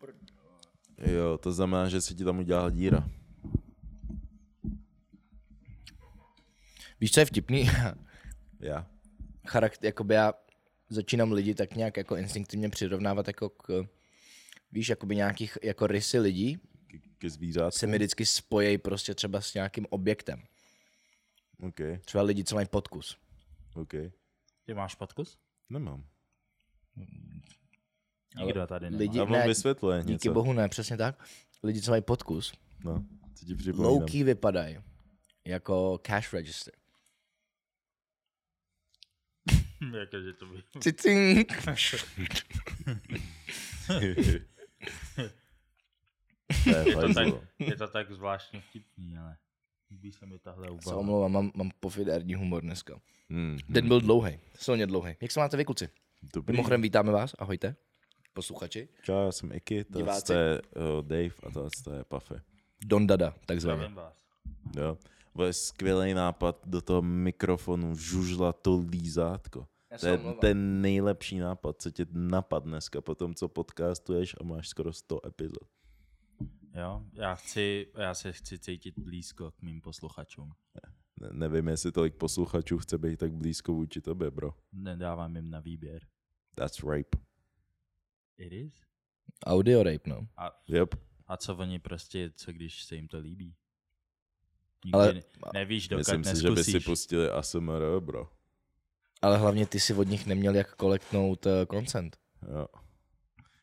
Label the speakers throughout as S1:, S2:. S1: prd.
S2: Jo, to znamená, že se ti tam udělá díra.
S1: Víš, co je vtipný?
S2: Já.
S1: Charakter, jakoby já začínám lidi tak nějak jako instinktivně přirovnávat jako k, víš, jakoby nějakých jako rysy lidí
S2: Ke- Ke zvířat.
S1: se mi vždycky spojejí prostě třeba s nějakým objektem.
S2: OK,
S1: Třeba lidi, co mají podkus.
S2: OK.
S3: Ty máš podkus?
S2: Nemám.
S3: Nikdo tady nemá.
S1: lidi-
S3: Lidi...
S2: No, Já
S1: ne,
S2: vám vysvětluje něco.
S1: Díky bohu ne, přesně tak. Lidi, co mají podkus,
S2: No, co ti připomínám.
S1: low-key vypadají jako cash register.
S3: Jakože to by...
S1: Cicink.
S2: to je
S3: to tak,
S2: fajzlo.
S3: je to tak zvláštně vtipný, ale líbí se mi tahle
S1: Se
S3: úbava.
S1: omlouvám, mám, mám pofidérní humor dneska.
S2: Hmm.
S1: Den byl dlouhý, silně dlouhý. Jak se máte vy, kluci?
S2: Dobrý.
S1: Mimochodem vítáme vás, ahojte, posluchači.
S2: Čau, já jsem Iky, tohle
S1: Diváci.
S2: je uh, Dave a tohle to je Puffy.
S1: Don Dada, takzvaně.
S3: Zdravím vás.
S2: Jo. To je skvělý nápad do toho mikrofonu žužlat to lízátko.
S1: Já se
S2: To je
S1: omlouvám.
S2: ten nejlepší nápad, co tě napadne dneska po tom, co podcastuješ a máš skoro 100 epizod.
S3: Jo, já, chci, já se chci cítit blízko k mým posluchačům.
S2: Ne- nevím, jestli tolik posluchačů chce být tak blízko vůči tobě, bro.
S3: Nedávám jim na výběr.
S2: That's rape.
S3: It is?
S1: Audio rape, no.
S3: A,
S2: Yep.
S3: a co oni prostě, co když se jim to líbí? Nikdy
S1: Ale-
S3: ale, nevíš, dokud
S2: Myslím si, že by
S3: neskusíš.
S2: si pustili ASMR, bro.
S1: Ale hlavně ty si od nich neměl jak kolektnout eh, consent.
S2: Jo.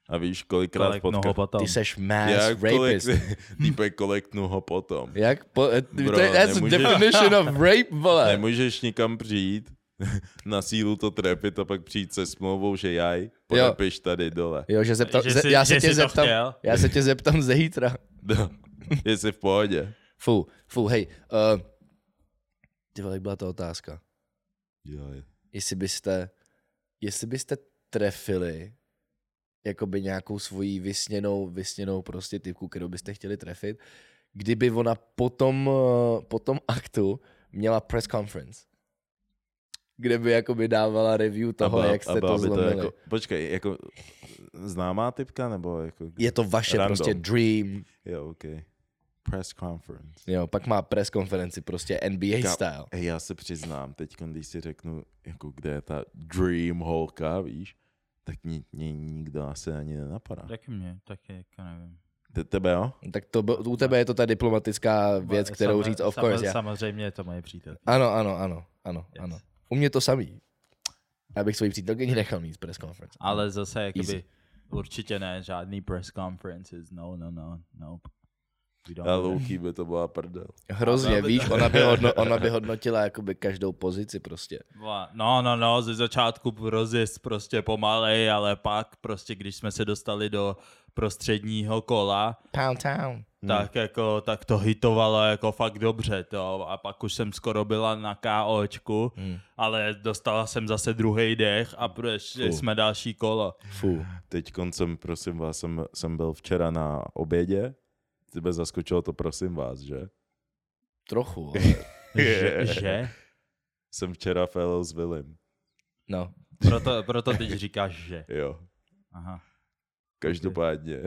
S2: A víš, kolikrát
S3: Kolek nohou
S2: potkáš...
S3: potom.
S1: Ty seš mass
S2: Jak
S1: rapist.
S2: kolek... Týpek kolektnu ho potom.
S1: Jak? Po, eh, ty-
S2: Bro,
S1: to je- that's
S2: nemůžeš-
S1: nemůžeš... definition of rape, vole.
S2: Nemůžeš nikam přijít, na sílu to trepit a pak přijít se smlouvou, že jaj, podepiš tady dole.
S1: Jo, že, zepta,
S3: Že
S1: ze,
S3: jsi-
S1: já, se
S3: že
S1: tě
S3: jsi to
S1: zeptám,
S3: chtěl?
S1: já se tě zeptám zítra.
S2: No, Jestli v pohodě.
S1: Fu, fu, hej. Uh, ty vole, jak byla ta otázka?
S2: Jaj.
S1: Jestli byste, jestli byste trefili jakoby nějakou svoji vysněnou, vysněnou prostě typku, kterou byste chtěli trefit, kdyby ona potom, eh, po tom aktu měla press conference, kde by jakoby dávala review toho,
S2: byla-
S1: jak jste
S2: byla
S1: to
S2: by
S1: zlomili.
S2: jako, počkej, jako známá typka, nebo jako...
S1: Je to vaše
S2: Random.
S1: prostě dream.
S2: Jo, OK. Press conference.
S1: Jo, pak má press konferenci prostě NBA
S2: Ka-
S1: style.
S2: Ej, já se přiznám, teď, když si řeknu, jako kde je ta dream holka, víš, tak ni, ni, nikdo asi ani nenapadá.
S3: Taky mě, taky jako nevím.
S2: Te, tebe, jo?
S1: Tak to, byl- u tebe je to ta diplomatická věc, kterou
S3: Samo-
S1: říct of
S3: samo-
S1: course. Já.
S3: Samozřejmě je to moje přítel.
S1: Ano, ano, ano, ano,
S3: Yes.
S1: ano. U mě to samý. Já bych svoji přítelkyni nechal mít press conference.
S3: Ale zase
S1: Easy.
S3: jakoby, určitě ne, žádný press conferences, no, no, no, no. We don't
S2: Já
S3: do that.
S2: louký by to byla prdel.
S1: Hrozně, víš, ona by, hodno, ona by hodnotila jakoby každou pozici prostě.
S3: Vole, No, no, no, ze začátku rozjezd prostě pomalej, ale pak prostě, když jsme se dostali do prostředního kola,
S1: Pound town.
S3: hmm. tak jako, tak to hitovalo jako fakt dobře, to. A pak už jsem skoro byla na KOčku, hmm. ale dostala jsem zase druhý dech a prošli
S2: Fu.
S3: jsme další kolo.
S1: Fu.
S2: Teď koncem, prosím vás, jsem, jsem byl včera na obědě. Tebe zaskočilo to, prosím vás, že?
S1: Trochu, ale
S3: Že? že?
S2: Jsem včera fellow s Willem.
S1: no.
S3: Proto, proto teď říkáš, že.
S2: Jo.
S3: Aha.
S2: Každopádně.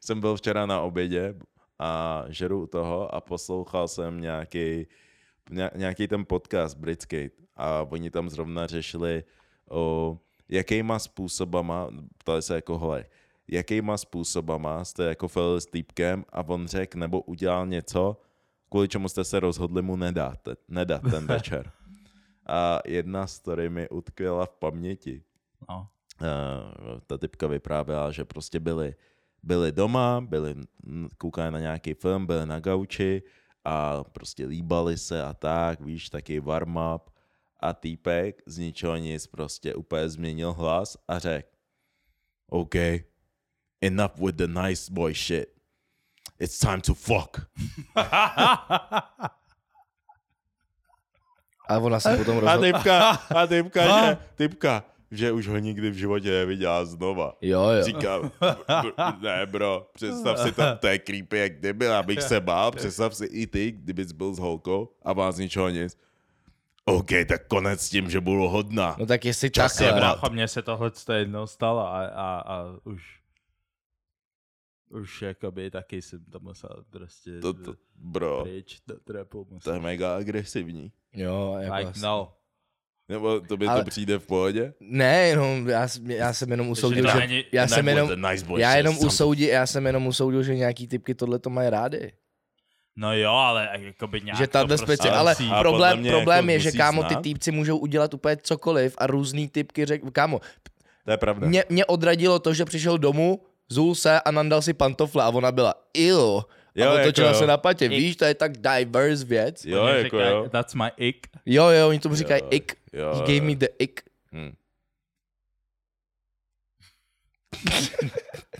S2: jsem byl včera na obědě a žeru u toho a poslouchal jsem nějaký nějaký ten podcast britský a oni tam zrovna řešili o jakýma způsobama, ptali se jako hele, jakýma způsobama jste jako fel s týpkem a on řekl nebo udělal něco, kvůli čemu jste se rozhodli mu nedát, nedat ten večer. A jedna story mi utkvěla v paměti.
S3: No.
S2: Eh, ta typka vyprávěla, že prostě byli, byli doma, byli, mm, koukali na nějaký film, byli na gauči a prostě líbali se a tak, víš, taky warm up a týpek z ničeho nic prostě úplně změnil hlas a řekl OK, enough with the nice boy shit. It's time to fuck.
S1: A ona se potom
S2: A
S1: rozhodla.
S2: typka, a typka, že, typka, že už ho nikdy v životě neviděla znova.
S1: Jo, jo.
S2: Říkám, br- br- ne bro, představ si to, to je creepy jak debil, abych se bál, představ si i ty, kdybys byl s holkou a má z ničeho nic. OK, tak konec s tím, že budu hodná.
S1: No tak jestli
S2: Čas je
S1: takhle.
S2: brat.
S3: Brácho, mně se tohle jednou stalo a, a, a už Už jakoby taky jsem to musel prostě
S2: To, to, bro,
S3: pryč do trapu
S2: to
S3: musel.
S2: je vlastně- mega agresivní.
S1: Jo, jako
S3: Like
S1: asi-
S3: no.
S2: Nebo to by
S1: Ale-
S2: to přijde v pohodě?
S1: Ne, jenom, já, s- já jsem jenom usoudil,
S3: to
S1: že...
S3: ani-
S1: Já
S2: Nice
S1: jsem
S2: boy,
S1: jenom,
S2: ten nice boy
S1: já
S2: says
S1: jenom
S2: something.
S1: usoudil, já jsem jenom usoudil, že nějaký typky tohle to mají rády.
S3: No jo, ale jakoby nějak
S1: že tahle
S3: to prostě
S1: speci... Ale
S3: musí-
S2: A podle
S1: problém,
S2: mě
S1: problém
S2: jako
S1: je, že
S2: musí
S1: kámo, ty
S2: znát.
S1: týpci můžou udělat úplně cokoliv a různý typky řek... Kámo,
S2: To je pravda.
S1: mě, mě odradilo to, že přišel domů, zul se a nandal si pantofle a ona byla ill.
S2: Jo,
S1: a otočila
S2: jako jo.
S1: se na patě. Víš, to je tak diverse věc.
S2: Jo,
S3: Oni
S2: jako
S3: říkají,
S2: jo.
S3: That's my ick.
S1: Jo, jo, oni tomu říkají
S2: Jo,
S1: ick.
S2: jo,
S1: He gave me the ick.
S2: Hm.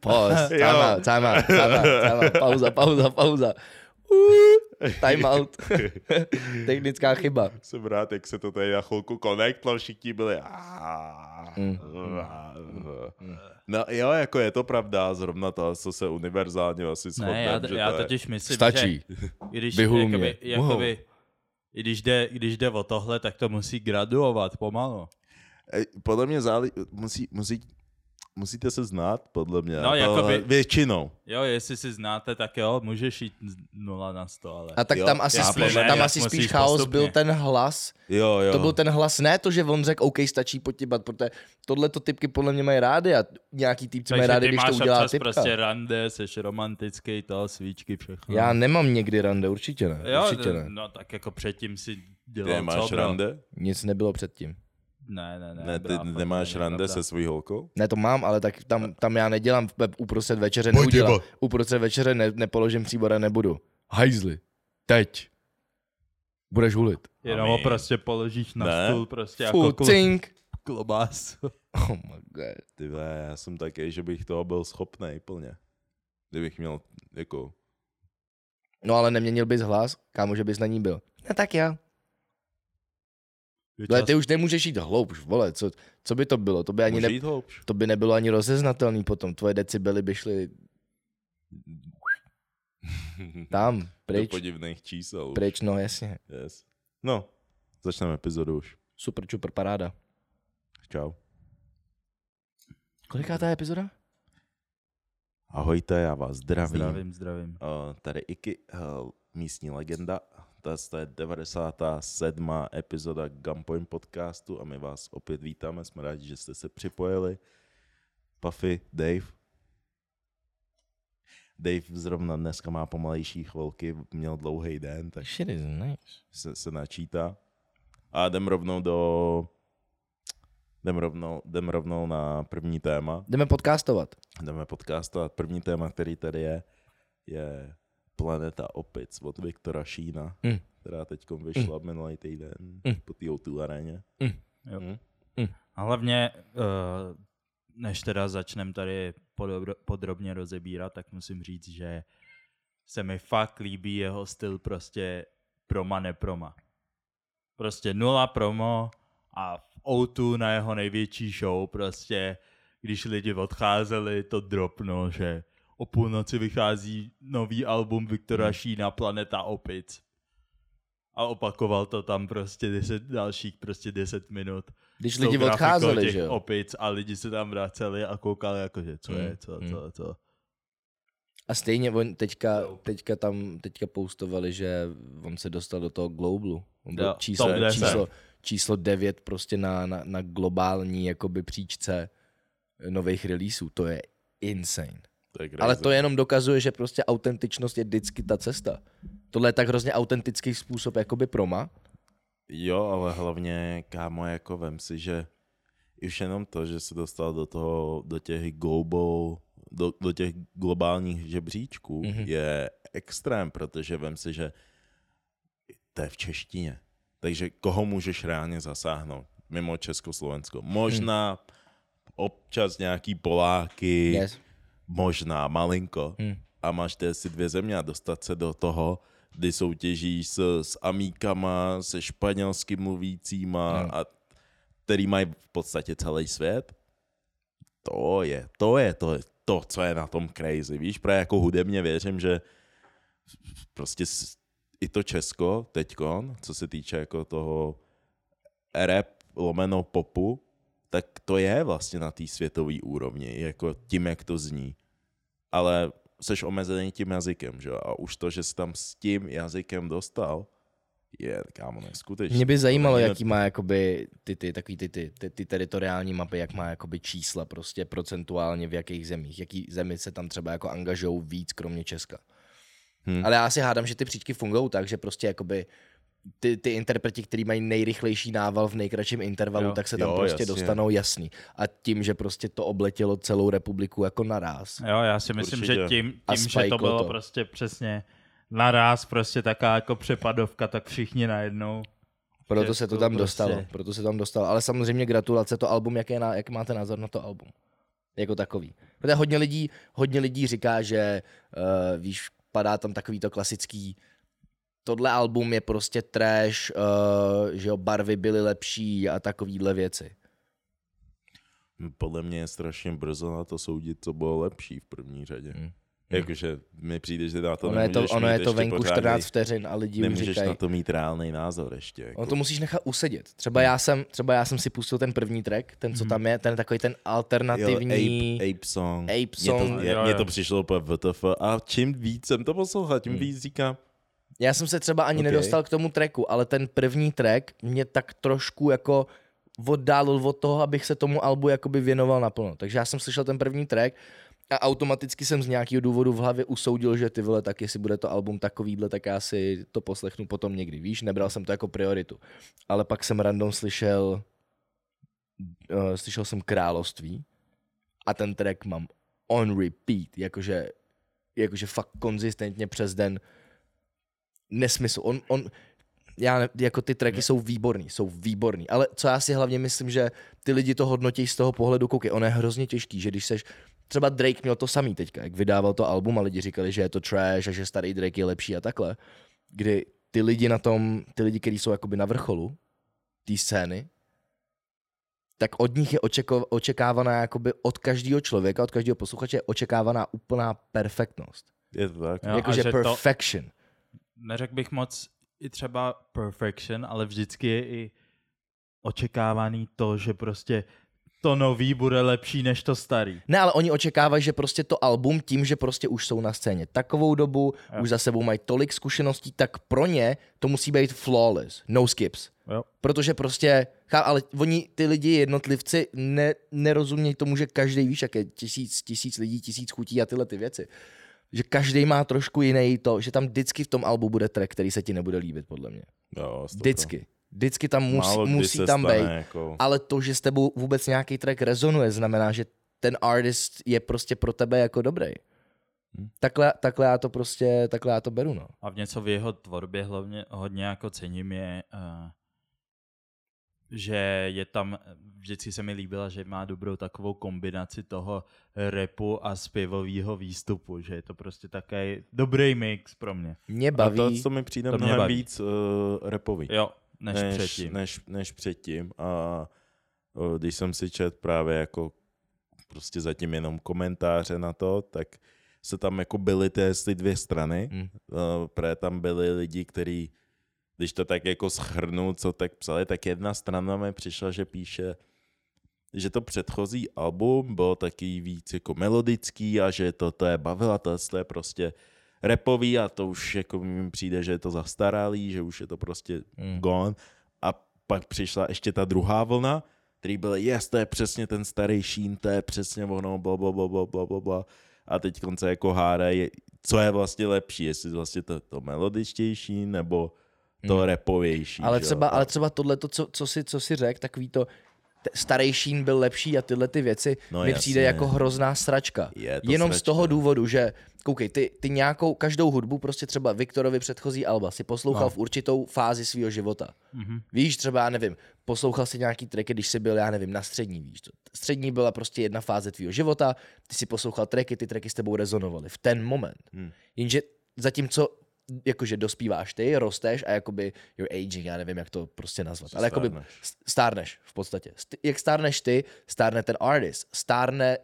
S1: Pause,
S2: Jo.
S1: time out, time out, time out, time out. Pauza, pauza, pauza. Uh, Time out. Technická chyba.
S2: Jsem rád, jak se to tady na chvilku konektlo, všichni byli "Ah,
S1: Mm.
S2: ah, ah." No jo, jako je to pravda, zrovna to, co se univerzálně asi
S3: Ne,
S2: shodneme,
S3: já,
S2: že
S3: já
S2: to je.
S3: totiž myslím,
S1: Stačí.
S3: že když,
S1: Vyhul
S3: jakoby,
S1: mě. Wow.
S3: jakoby, i když, jde, když jde o tohle, tak to musí graduovat pomalu.
S2: Ej, Podle mě záli, musí, musí, musíte se znát, podle mě.
S3: No,
S2: To-
S3: jakoby-
S2: Většinou.
S3: Jo, jestli si znáte, tak jo, můžeš jít 0 na 100, ale...
S1: A tak
S2: Jo,
S1: tam asi,
S2: já
S1: spíš,
S2: podle-
S1: tam
S3: já
S1: asi
S3: musíš
S1: spíš chaos
S3: postupně.
S1: byl ten hlas.
S2: Jo, jo.
S1: To byl ten hlas, ne to, že on řekl, OK, stačí potibat, protože tohle to typky podle mě mají rádi a nějaký typci mají rádi,
S3: ty
S1: když
S3: máš
S1: to udělá
S3: občas
S1: typka.
S3: prostě rande, seš romantický, to, svíčky, všechno.
S1: Já nemám někdy rande, určitě ne.
S3: jo,
S1: určitě ne.
S3: no tak jako předtím si
S2: Ty
S3: dělal
S2: nemáš
S3: no, co, bro?
S2: rande?
S1: Nic nebylo předtím.
S3: Ne, ne, ne.
S2: Ne, ty
S3: bra, fakt
S2: nemáš
S3: není
S2: rande
S3: pravda.
S2: se svojí holkou?
S1: Ne, to mám, ale tak tam, tam já nedělám v- uprostřed večeře,
S2: Pojď,
S1: neudělám.
S2: jebo.
S1: Uprostřed večeře ne, nepoložím příbor a nebudu. Hajzli, teď. Budeš hulit.
S3: Jenom ho
S2: Mami.
S3: prostě položíš na
S2: Ne.
S3: stůl, prostě jako
S1: Fu,
S3: klo-
S1: cink.
S3: klobásu.
S1: Oh my god.
S2: Ty vole, já jsem taky, že bych toho byl schopný plně. Kdybych měl jako...
S1: No ale neměnil bys hlas, kámo, že bys na ní byl. No tak jo. Ale ty už nemůžeš jít hloubš, vole, co, co by to bylo? To by ani
S2: Může
S1: ne,
S2: jít hloubš?
S1: To by nebylo ani rozeznatelný potom, tvoje decibely by šly tam,
S2: Do
S1: pryč,
S2: podivných čísel. už.
S1: pryč, no jasně.
S2: Yes. No, začneme epizodu už.
S1: Super, čupr, paráda.
S2: Čau.
S1: Koliká ta je epizoda?
S2: Ahojte, já vás zdravím.
S3: Zdravím, zdravím.
S2: Uh, tady Iky, uh, místní legenda. To je 97. epizoda Gunpoint podcastu a my vás opět vítáme. Jsme rádi, že jste se připojili. Puffy, Dave. Dave zrovna dneska má pomalejší chvilky, měl dlouhý den, tak
S1: Shit is nice.
S2: se, se načítá. A jdem rovnou do... Jdem rovnou, jdem rovnou na první téma.
S1: Jdeme podcastovat.
S2: Jdeme podcastovat. První téma, který tady je, je Planeta opic od Viktora Šína,
S1: Mm.
S2: mm. která teď vyšla mm. minulý týden
S1: Mm.
S2: mm. po té O2 aréně.
S3: Jo.
S2: Mm.
S3: A hlavně, eh, než teda začneme tady podobro- podrobně rozebírat, tak musím říct, že se mi fakt líbí jeho styl prostě proma neproma. Prostě nula promo a v O2 na jeho největší show prostě, když lidi odcházeli, to dropno, že o půlnoci vychází nový album Viktora Šína Planeta opic. A opakoval to tam prostě 10, dalších prostě 10 minut
S1: Když
S3: s tou
S1: lidi
S3: grafikou
S1: odcházeli,
S3: těch
S1: že jo?
S3: opic a lidi se tam vraceli a koukali jakože, co
S1: Hmm,
S3: je, co,
S1: hmm.
S3: co, co.
S1: A stejně on teďka, teďka tam teďka postovali, že on se dostal do toho globlu. On byl
S3: Jo,
S1: číslo,
S3: top 10.
S1: číslo, číslo 9 prostě na, na, na globální jakoby příčce nových releaseů. To je insane.
S2: To je
S1: Ale to jenom dokazuje, že prostě autentičnost je vždycky ta cesta. Tohle je tak hrozně autentický způsob jakoby proma.
S2: Jo, ale hlavně, kámo, jako vem si, že už jenom to, že se dostal do toho, do těch global, do, do těch globálních žebříčků
S1: Mhm.
S2: mm-hmm. je extrém, protože vem si, že to je v češtině. Takže koho můžeš reálně zasáhnout mimo Československo? Možná mm. občas nějaký Poláky,
S1: Yes.
S2: možná malinko
S1: Hmm.
S2: hmm. a máš ty asi dvě země a dostat se do toho, kdy soutěžíš s, s amíkama, se španělsky mluvícíma
S1: No.
S2: a který mají v podstatě celý svět. To je, to je to, je to co je na tom crazy. Víš, právě jako hudebně věřím, že prostě s- i to Česko teďkon, co se týče jako toho rap lomeno popu, tak to je vlastně na té světové úrovni, jako tím, jak to zní. ale seš omezený tím jazykem, že jo? A už to, že jsi tam s tím jazykem dostal, je, kámo, neskutečný.
S1: Mě by
S2: To
S1: zajímalo,
S2: není-
S1: jaký má jakoby ty, ty, takový ty, ty, ty, ty teritoriální mapy, jak má jakoby čísla prostě procentuálně v jakých zemích, jaký zemi se tam třeba jako angažou víc, kromě Česka.
S2: Hm.
S1: Hmm. Ale já si hádám, že ty příčky fungují tak, že prostě jakoby ty, ty interpreti, který mají nejrychlejší nával v nejkratším intervalu,
S3: Jo.
S1: jo. tak se tam
S2: Jo,
S1: jo, prostě
S2: jasně.
S1: jasně. dostanou jasný. A tím, že prostě to obletělo celou republiku jako naraz.
S3: Jo, já si myslím,
S2: Určitě.
S3: že tím,
S1: A
S3: tím že to
S1: spajklo
S3: bylo
S1: to.
S3: prostě přesně naraz, prostě taká jako přepadovka, tak všichni najednou.
S1: Proto
S3: Že
S1: se to
S3: to
S1: tam
S3: prostě-
S1: dostalo. Proto se tam dostalo. Ale samozřejmě gratulace to album, jak, je na, jak máte názor na to album? Jako takový. Protože hodně lidí, hodně lidí říká, že uh, víš, padá tam takový to klasický tohle album je prostě trash, uh, že jo, barvy byly lepší a takovýhle věci.
S2: Podle mě je strašně brzo na to soudit, co bylo lepší v první řadě.
S1: Hm.
S2: Hmm. Jakože mi přijde, že na
S1: To
S2: to
S1: ono je to,
S2: nemůžeš
S1: ono
S2: mít
S1: je to
S2: ještě
S1: venku
S2: pořádný-
S1: 14 vteřin a lidi už
S2: Nemůžeš
S1: říkají,
S2: na to mít reálný názor ještě. Jako.
S1: Ono to musíš nechat usedět. Třeba
S2: Hmm.
S1: já jsem, třeba já jsem si pustil ten první track, ten, co tam je, ten takový ten alternativní...
S2: Jo, ape, ape Song.
S1: Ape
S2: Mně
S1: Song.
S2: to, je-
S3: Jo,
S2: mně
S3: jo.
S2: to přišlo úplně VTF. A čím víc jsem to poslouchal,
S1: Hmm.
S2: tím víc říkám,
S1: Já jsem se třeba ani
S2: Ok.
S1: okay. nedostal k tomu tracku, ale ten první track mě tak trošku jako oddálil od toho, abych se tomu albu jakoby věnoval naplno. Takže já jsem slyšel ten první track a automaticky jsem z nějakého důvodu v hlavě usoudil, že ty vole, tak jestli bude to album takovýhle, tak já si to poslechnu potom někdy, víš? Nebral jsem to jako prioritu. Ale pak jsem random slyšel, uh, slyšel jsem Království a ten track mám on repeat, jakože, jakože fakt konzistentně přes den nesmysl. On, on, já ne, jako ty tracky jsou výborný, jsou výborný, ale co já si hlavně myslím, že ty lidi to hodnotí z toho pohledu, koukej, on je hrozně těžký, že když seš, třeba Drake měl to samý teďka, jak vydával to album a lidi říkali, že je to trash a že starý Drake je lepší a takhle, kdy ty lidi na tom, ty lidi, kteří jsou jakoby na vrcholu té scény, tak od nich je očeko, očekávaná jakoby od každého člověka, od každého posluchače je očekávaná úplná perfektnost.
S2: je to tak.
S3: Jo. a
S1: Jakože
S3: že to-
S1: perfection.
S3: Neřekl bych moc i třeba perfection, ale vždycky je i očekávaný to, že prostě to nový bude lepší než to starý.
S1: Ne, ale oni očekávají, že prostě to album tím, že prostě už jsou na scéně takovou dobu,
S3: Jo.
S1: jo. už za sebou mají tolik zkušeností, tak pro ně to musí být flawless, no skips.
S3: Jo.
S1: Protože prostě, chá- ale oni, ty lidi, jednotlivci, ne, nerozumějí tomu, že každý, víš, jak je tisíc, tisíc lidí, tisíc chutí a tyhle ty věci. Že každý má trošku jiný to, že tam vždycky v tom albu bude track, který se ti nebude líbit, podle mě.
S2: Jo, sto pro.
S1: Vždycky. Vždycky tam musí,
S2: Málo kdy
S1: musí
S2: se
S1: tam
S2: stane,
S1: být.
S2: Jako,
S1: Ale to, že s tebou vůbec nějaký track rezonuje, znamená, že ten artist je prostě pro tebe jako dobrý.
S2: Hm.
S1: Takhle, takhle já to prostě, takhle já to beru, no.
S3: A v něco v jeho tvorbě hlavně hodně jako cením je, eh, že je tam, vždycky se mi líbila, že má dobrou takovou kombinaci toho repu a zpěvového výstupu, že je to prostě také dobrý mix pro mě.
S1: Mě
S2: a to,
S1: baví,
S2: co mi přijde
S3: To mě
S2: mnohem
S3: baví.
S2: víc uh, repový.
S3: Jo, než, než předtím. Ne.
S2: Než, než předtím. A o, když jsem si čet právě jako prostě zatím jenom komentáře na to, tak se tam jako byly ty jestli dvě strany.
S1: Hmm.
S2: Hmm. Pré tam byli lidi, kteří, když to tak jako schrnu, co tak psali, tak jedna strana mi přišla, že píše, že to předchozí album bylo taky víc jako melodický a že to, to je bavila, to, to je prostě repový a to už jako mi přijde, že je to zastaralý, že už je to prostě
S1: Mm.
S2: gone. A pak přišla ještě ta druhá vlna, který byl, yes, to je přesně ten starý šín, to je přesně ono, bla, bla, bla, bla, bla, bla, bla. A teď konce jako hára je, co je vlastně lepší, jestli vlastně to, to melodičtější nebo to repovější.
S1: Hmm. ale
S2: že jo?
S1: třeba,
S2: A-
S1: ale třeba tohle, co, co si, co si řekl, takový to, t- starý Sheen byl lepší a tyhle ty věci
S2: No
S1: no, mi
S2: jasně.
S1: přijde jako hrozná sračka.
S2: Je to
S1: Jenom z
S2: sračka.
S1: toho důvodu, že koukej, ty, ty nějakou, každou hudbu, prostě třeba Viktorovi předchozí alba, si poslouchal
S3: No.
S1: no. v určitou fázi svého života.
S3: Mhm.
S1: Víš, třeba, já nevím, poslouchal si nějaký tracky, když jsi byl, já nevím, na střední, víš. To. Střední byla prostě jedna fáze tvýho života, ty si poslouchal tracky, ty tracky s tebou rezonovaly v ten moment.
S2: Hmm.
S1: Hmm. Jenže zatímco jakože dospíváš ty, rosteš a jakoby you're aging, já nevím, jak to prostě nazvat. Ale jakoby
S2: stárneš.
S1: s- stárneš v podstatě. St- jak stárneš ty, stárne ten artist, stárne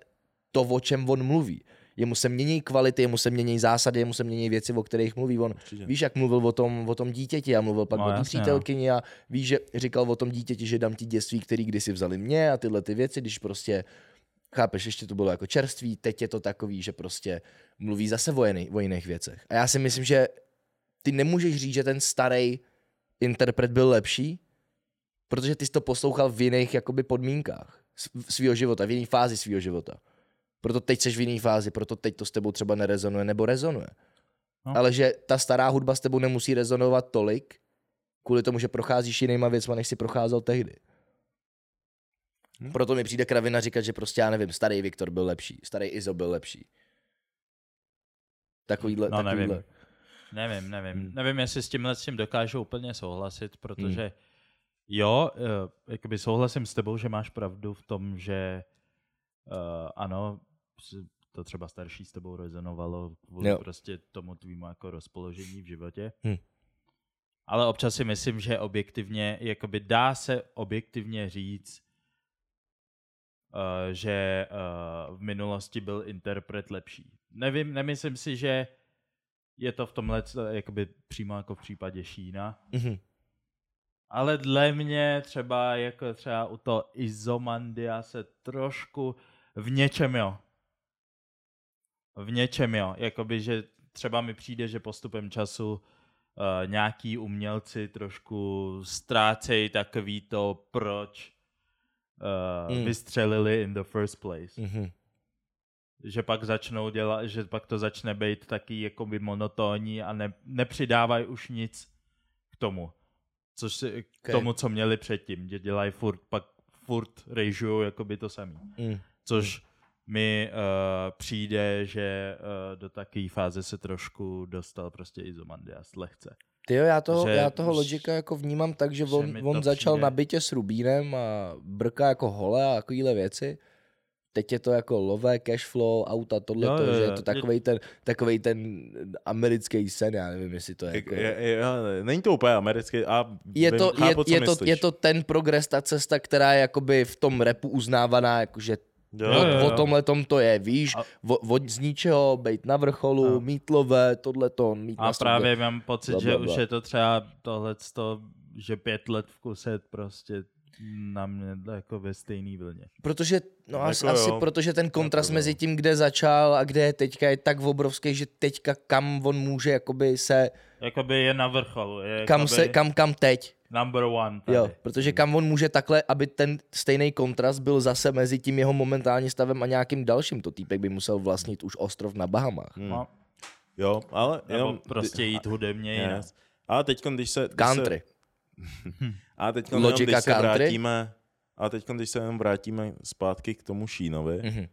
S1: to, o čem on mluví. Jemu se mění kvality, jemu se mění zásady, jemu se mění věci, o kterých mluví. On,
S2: Určitě.
S1: víš, jak mluvil o tom, o tom dítěti a mluvil pak
S3: No,
S1: no, o té
S3: jasně, no.
S1: přítelkyni a víš, že říkal o tom dítěti, že dám ti dětství, který kdysi vzali mě a tyhle ty věci, když prostě Chápeš, ještě to bylo jako čerství, teď je to takový, že prostě mluví zase o, jiný, o jiných věcech. A já si myslím, že ty nemůžeš říct, že ten starý interpret byl lepší, protože ty jsi to poslouchal v jiných jakoby podmínkách s- svého života, v jiné fázi svého života. Proto teď jsi v jiné fázi, proto teď to s tebou třeba nerezonuje nebo rezonuje.
S3: No.
S1: No. Ale že ta stará hudba s tebou nemusí rezonovat tolik, kvůli tomu, že procházíš jinýma věcma, než si procházel tehdy.
S2: Hm.
S1: Proto mi přijde kravina říkat, že prostě já nevím, starý Viktor byl lepší, starý Izo byl lepší. Takovýhle,
S3: No, nevím.
S1: takovýhle.
S3: Nevím, nevím.
S1: Hmm.
S3: Hmm. Nevím, jestli s tímhle s tím dokážu úplně souhlasit, protože hmm. jo, eh, jakoby souhlasím s tebou, že máš pravdu v tom, že uh, ano, s- to třeba starší s tebou rezonovalo kvůli
S1: Jo.
S3: prostě tomu tvýmu jako rozpoložení v životě.
S1: Hmm.
S3: Ale občas si myslím, že objektivně, jakoby dá se objektivně říct, eh, že eh, v minulosti byl interpret lepší. Nevím, nemyslím si, že je to v tomhle eh, jakoby přímo jako v případě Šína,
S1: Mhm.
S3: ale dle mě třeba jako třeba u toho Izomandia se trošku v něčem jo. V něčem jo. Jakoby, že třeba mi přijde, že postupem času uh, nějaký umělci trošku ztrácejí takový to, proč uh,
S1: Mm.
S3: mm. vystřelili in the first place
S1: Mhm.
S3: že pak začnou dělat, že pak to začne být taky jakoby monotónní a ne, nepřidávají už nic k tomu. Což si, k
S1: Ok.
S3: tomu, co měli předtím, že dělají furt, pak furt rejžujou jakoby to samý.
S1: Mm.
S3: Což mi uh, přijde, že uh, do takové fáze se trošku dostal prostě Izomandias lehce.
S1: Ty jo, já toho,
S3: Že-
S1: já toho
S3: že-
S1: logika jako vnímám tak, že
S3: že
S1: on,
S3: mi to
S1: on začal
S3: přijde-
S1: na bytě s Rubínem a brká jako hole a takovýhle věci. Teď je to jako lové, cash flow, auta, tohle,
S3: Jo,
S1: to,
S3: jo,
S1: že je
S3: jo.
S1: to takovej ten, takovej ten americký sen, já nevím, jestli to je. Jako,
S2: Je, je, je, není to úplně americké a
S1: je,
S2: vím,
S1: to,
S2: chápu, co
S1: je, je, to,
S2: myslíš.
S1: je to ten progres, ta cesta, která je jakoby v tom repu uznávaná, jakože
S2: Jo,
S1: o,
S2: jo,
S1: o
S2: jo.
S1: tomhle tom to je, víš,
S3: A-
S1: o, o, z ničeho, být na vrcholu,
S3: A-
S1: mít lové, tohle to, mít
S3: A
S1: na stopě.
S3: právě mám pocit,
S1: Vlastně Bla,
S3: bla,
S1: bla,
S3: bla,
S1: bla.
S3: že už je to třeba tohle, že pět let v kuse prostě na mě jako ve stejné vlně.
S1: Protože, no
S2: Jako
S1: asi, asi
S2: jo.
S1: protože ten kontrast
S2: Jako jo.
S1: mezi tím, kde začal a kde je teďka, je tak obrovský, že teďka kam on může jakoby se,
S3: Jakoby je na vrcholu. Je
S1: kam,
S3: jakoby
S1: se, kam, kam teď,
S3: Number one tady.
S1: jo,
S2: Mhm.
S1: protože kam on může takhle, aby ten stejný kontrast byl zase mezi tím jeho momentální stavem a nějakým dalším, to týpek by musel vlastnit už ostrov na Bahamách.
S2: Hmm.
S3: No,
S2: jo, ale
S3: nebo
S2: jenom...
S3: prostě jít hudebně jinak.
S2: Yes. A teď, když se... Když Se,
S1: Country.
S2: a teď, jenom,
S1: Logika
S2: když se
S1: country.
S2: vrátíme... A teď, když se jenom vrátíme zpátky k tomu Šínovi,
S1: Mhm.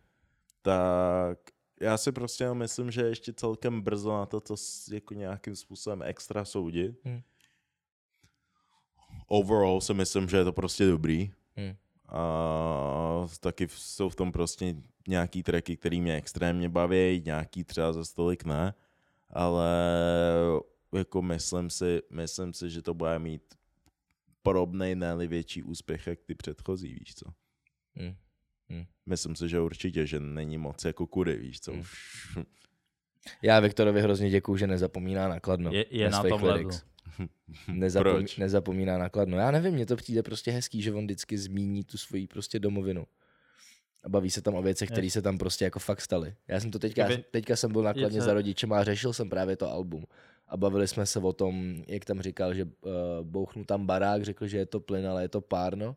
S2: tak já si prostě jenom myslím, že je ještě celkem brzo na to, to s- jako nějakým způsobem extra soudit.
S1: Hmm.
S2: Overall si myslím, že je to prostě dobrý.
S1: Hmm.
S2: A taky v- jsou v tom prostě nějaký tracky, které mě extrémně baví, nějaký třeba za stolik ne, ale jako myslím si, myslím si, že to bude mít podobný, ne větší úspěch, jak ty předchozí, víš co.
S1: Mm. Mm.
S2: Myslím si, že určitě, že není moc jako kudy, víš co.
S1: Mm.
S2: Už
S1: Já Viktorovi hrozně děkuju, že nezapomíná nakladno.
S3: Je, je na
S1: svých
S3: tom
S1: lyrics.
S3: levelu.
S2: Proč?
S1: Nezapomí, nezapomíná nakladno. Já nevím, mně to přijde prostě hezký, že on vždycky zmíní tu svoji prostě domovinu. A baví se tam o věcech,
S3: Je.
S1: které se tam prostě jako fakt staly. Já jsem to teďka, já
S3: Kdyby-
S1: jsem, teďka jsem byl nakladně
S3: Je to-
S1: za rodičem a řešil jsem právě to album. A bavili jsme se o tom, jak tam říkal, že uh, bouchnu tam barák, řekl, že je to plyn, ale je to párno.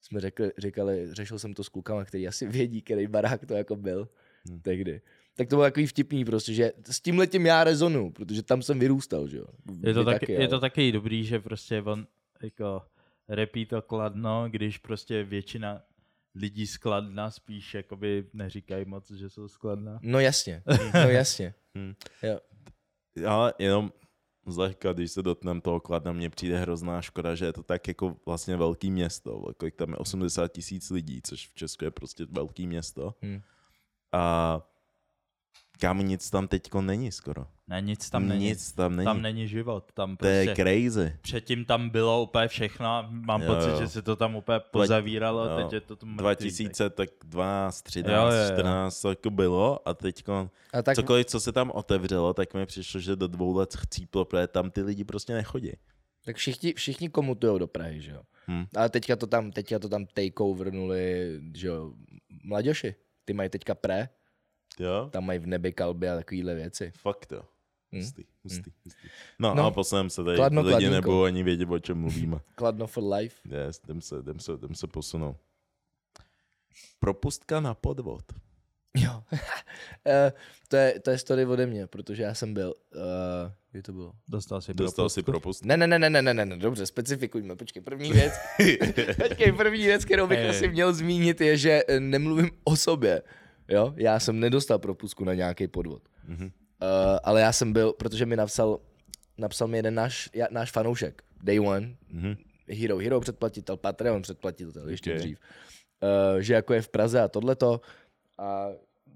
S1: Jsme řekli, říkali, řešil jsem to s klukama, který asi vědí, který barák to jako byl
S2: Hmm.
S1: hmm. tehdy. Tak to bylo takový vtipný prostě, že s tímhletím já rezonu, protože tam jsem vyrůstal, že jo.
S3: Je to,
S1: Vy
S3: tak, je
S1: ale-
S3: to taky dobrý, že prostě on jako repí to kladno, když prostě většina lidí z kladna spíš jakoby neříkají moc, že jsou z kladna.
S1: No jasně, no jasně.
S2: Ale jenom zlehka, když se dotnem toho kladna, mně přijde hrozná škoda, že je to tak jako vlastně velký město, kolik tam je 80 tisíc lidí, což v Česku je prostě velký město.
S1: Hmm.
S2: A kam nic tam teďko není skoro.
S3: Ne, nic tam není.
S2: Nic tam není.
S3: Tam není život. Tam
S2: to je
S3: prostě
S2: crazy.
S3: předtím tam bylo úplně všechno. Mám
S2: Jo,
S3: pocit,
S2: jo.
S3: že se to tam úplně pozavíralo.
S2: jo.
S3: Teď je to tam
S2: 2000, tak 12, 13,
S3: Jo, jo, jo.
S2: 14 to jako bylo a teďko
S1: A tak,
S2: cokoliv, co se tam otevřelo, tak mi přišlo, že do dvou let chcíplo, protože tam ty lidi prostě nechodí.
S1: tak všichni, všichni komutujou do Prahy, že jo.
S2: Hmm.
S1: Ale teďka to tam, teďka to tam takeovernuli, že jo, mladěši. Ty mají teďka pre,
S2: Jo?
S1: tam mají v nebi kalby a takovéhle věci.
S2: Fakt to.
S1: Mm.
S2: Hustý, hustý, hustý. No,
S1: No.
S2: no a posunem se tady,
S1: Kladno,
S2: Kladno, lidi
S1: kladínko.
S2: nebudou ani vědět, o čem mluvíme.
S1: Kladno for life.
S2: Yes, jdem se, jdem se, jdem se posunout. Propustka na podvod.
S1: Jo. Eh, to, je, to je story ode mě, protože já jsem byl... Uh, kdy to bylo?
S3: Dostal si
S2: Dostal si
S3: propustku?
S2: propustku.
S1: Ne, ne, ne, ne, ne, ne, ne, ne, dobře, specifikujme, počkej, první věc, počkej, první věc, kterou bych
S2: Eh.
S3: Hej.
S1: asi měl zmínit, je, že eh, nemluvím o sobě, jo, já jsem nedostal propusku na nějaký podvod,
S2: Mhm.
S1: Eh, ale já jsem byl, protože mi napsal, napsal mi jeden náš, já, náš fanoušek, Day One,
S2: Mhm.
S1: Hero Hero předplatitel, Patreon předplatitel, ještě
S2: Ok.
S1: dřív, Eh, že jako je v Praze a tohleto a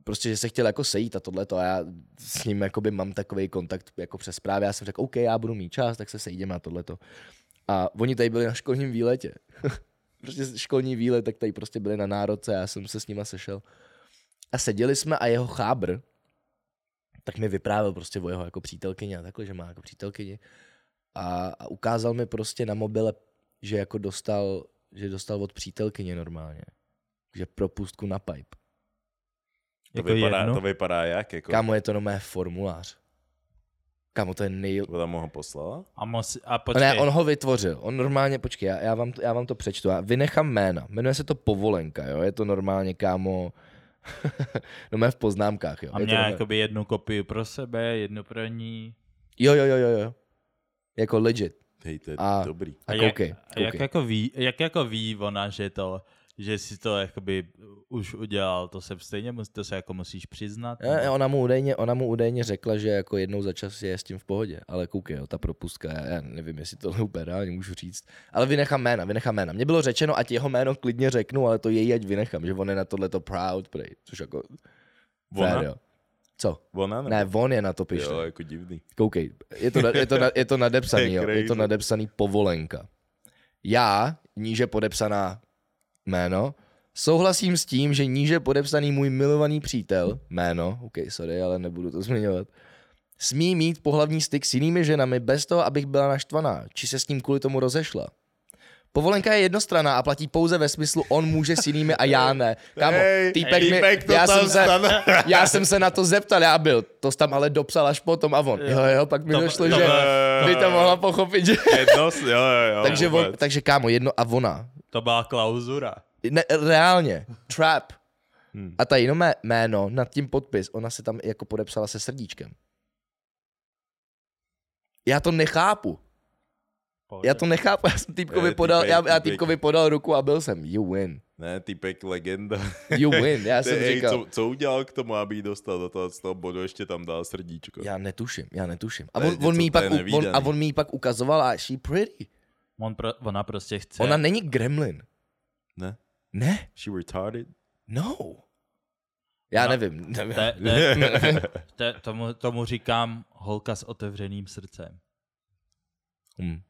S1: prostě, že se chtěl jako sejít a tohleto a já s ním jakoby mám takový kontakt jako přes právě, já jsem řekl, OK, já budu mít čas, tak se sejdeme a tohleto. A oni tady byli na školním výletě. prostě školní výlet, tak tady prostě byli na národce a já jsem se s nima sešel. A seděli jsme a jeho chábr, tak mi vyprávěl prostě o jeho jako přítelkyni a takhle, že má jako přítelkyni. A, a ukázal mi prostě na mobile, že jako dostal, že dostal od přítelkyně normálně. Že propustku na pipe.
S2: To,
S3: Jako
S2: vypadá,
S3: jednu?
S2: to vypadá jak? Jako,
S1: Kámo, je to no mé formulář. Kámo, to je nej...
S2: Ona mu ho poslala?
S3: A, mos, a
S1: Počkej.
S3: počkej,
S1: Ne, on ho vytvořil. On normálně, počkej, já, já, vám, to, já vám to přečtu. Já vynechám jména. Jmenuje se to Povolenka, jo. Je to normálně, kámo... no mé v poznámkách, jo.
S3: a jako-
S1: Je to
S3: měl
S1: normálně-
S3: jakoby jednu kopii pro sebe, jednu pro ní.
S1: Jo, jo, jo, jo, jo. Jako legit.
S2: Hej, to je
S1: A-
S2: dobrý.
S1: A,
S3: jak-
S1: koukej,
S3: A jak
S1: koukej.
S3: jako, ví, jak jako ví ona, že to, že si to jakoby už udělal, to se stejně, mus- to se jako musíš přiznat.
S2: Mhm.
S1: Ne, ne, ona mu, údajně, ona mu údajně řekla, že jako jednou za čas je s tím v pohodě, ale koukej, jo, ta propustka, já, já nevím, jestli tohle úplně reálně můžu říct, ale vynechám jména, vynechám jména. Mně bylo řečeno, ať jeho jméno klidně řeknu, ale to její ať vynechám, že on je na tohleto proud, prej, což jako
S2: Ona?
S1: fér, jo. Co?
S2: Ona ne?
S1: Ne, on je na to pišný.
S2: jo, jako divný.
S1: Koukej, je to, na- je to, na- je to nadepsaný,
S2: To je
S1: jo. je to
S2: crazy.
S1: nadepsaný povolenka. Já, níže podepsaná jméno, souhlasím s tím, že níže podepsaný můj milovaný přítel, jméno, ok, sorry, ale nebudu to zmiňovat, smí mít pohlavní styk s jinými ženami bez toho, abych byla naštvaná, či se s ním kvůli tomu rozešla. Povolenka je jednostranná a platí pouze ve smyslu on může s jinými a já ne. Kámo,
S2: Hej,
S1: týpek, mi,
S2: týpek to
S1: já,
S2: tam
S1: jsem se,
S2: stane.
S1: já jsem se na to zeptal, já byl. To jsi tam ale dopsal až potom a on. Jo, jo, pak mi
S3: To-
S1: došlo,
S3: to-
S1: že
S2: to-
S1: by to mohla pochopit, že...
S2: Jedno, s- jo, jo, jo.
S1: Takže, on,
S2: vůbec.
S1: takže kámo, jedno a ona.
S3: To byla klauzura.
S1: Ne, reálně. Trap.
S2: Hmm.
S1: A ta jenom mé jméno, nad tím podpis, ona se tam jako podepsala se srdíčkem. Já to nechápu. Já to nechápu. Já jsem týpkovi
S2: Je,
S1: podal,
S2: týpek,
S1: já, já
S2: týpek.
S1: týpkovi podal ruku a byl jsem. You win.
S2: Ne, týpek legenda.
S1: You win. Já jsem
S2: Ej,
S1: říkal.
S2: co, co udělal k tomu, aby jí dostal do toho, z toho bodu, ještě tam dal srdíčko.
S1: Já netuším, já netuším. A
S2: To je
S1: on, on, mi
S2: něco,
S1: ji
S2: to
S1: pak,
S2: je
S1: u- on, a
S2: nevídaný.
S1: on mi ji pak ukazoval a she pretty.
S3: On pro, ona prostě chce.
S1: Ona není gremlin.
S2: Ne?
S1: Ne,
S2: She retarded?
S1: no. Já
S3: Ona-
S1: nevím. nevím.
S3: Te, te, te, tomu, tomu říkám holka s otevřeným srdcem.
S1: Hm.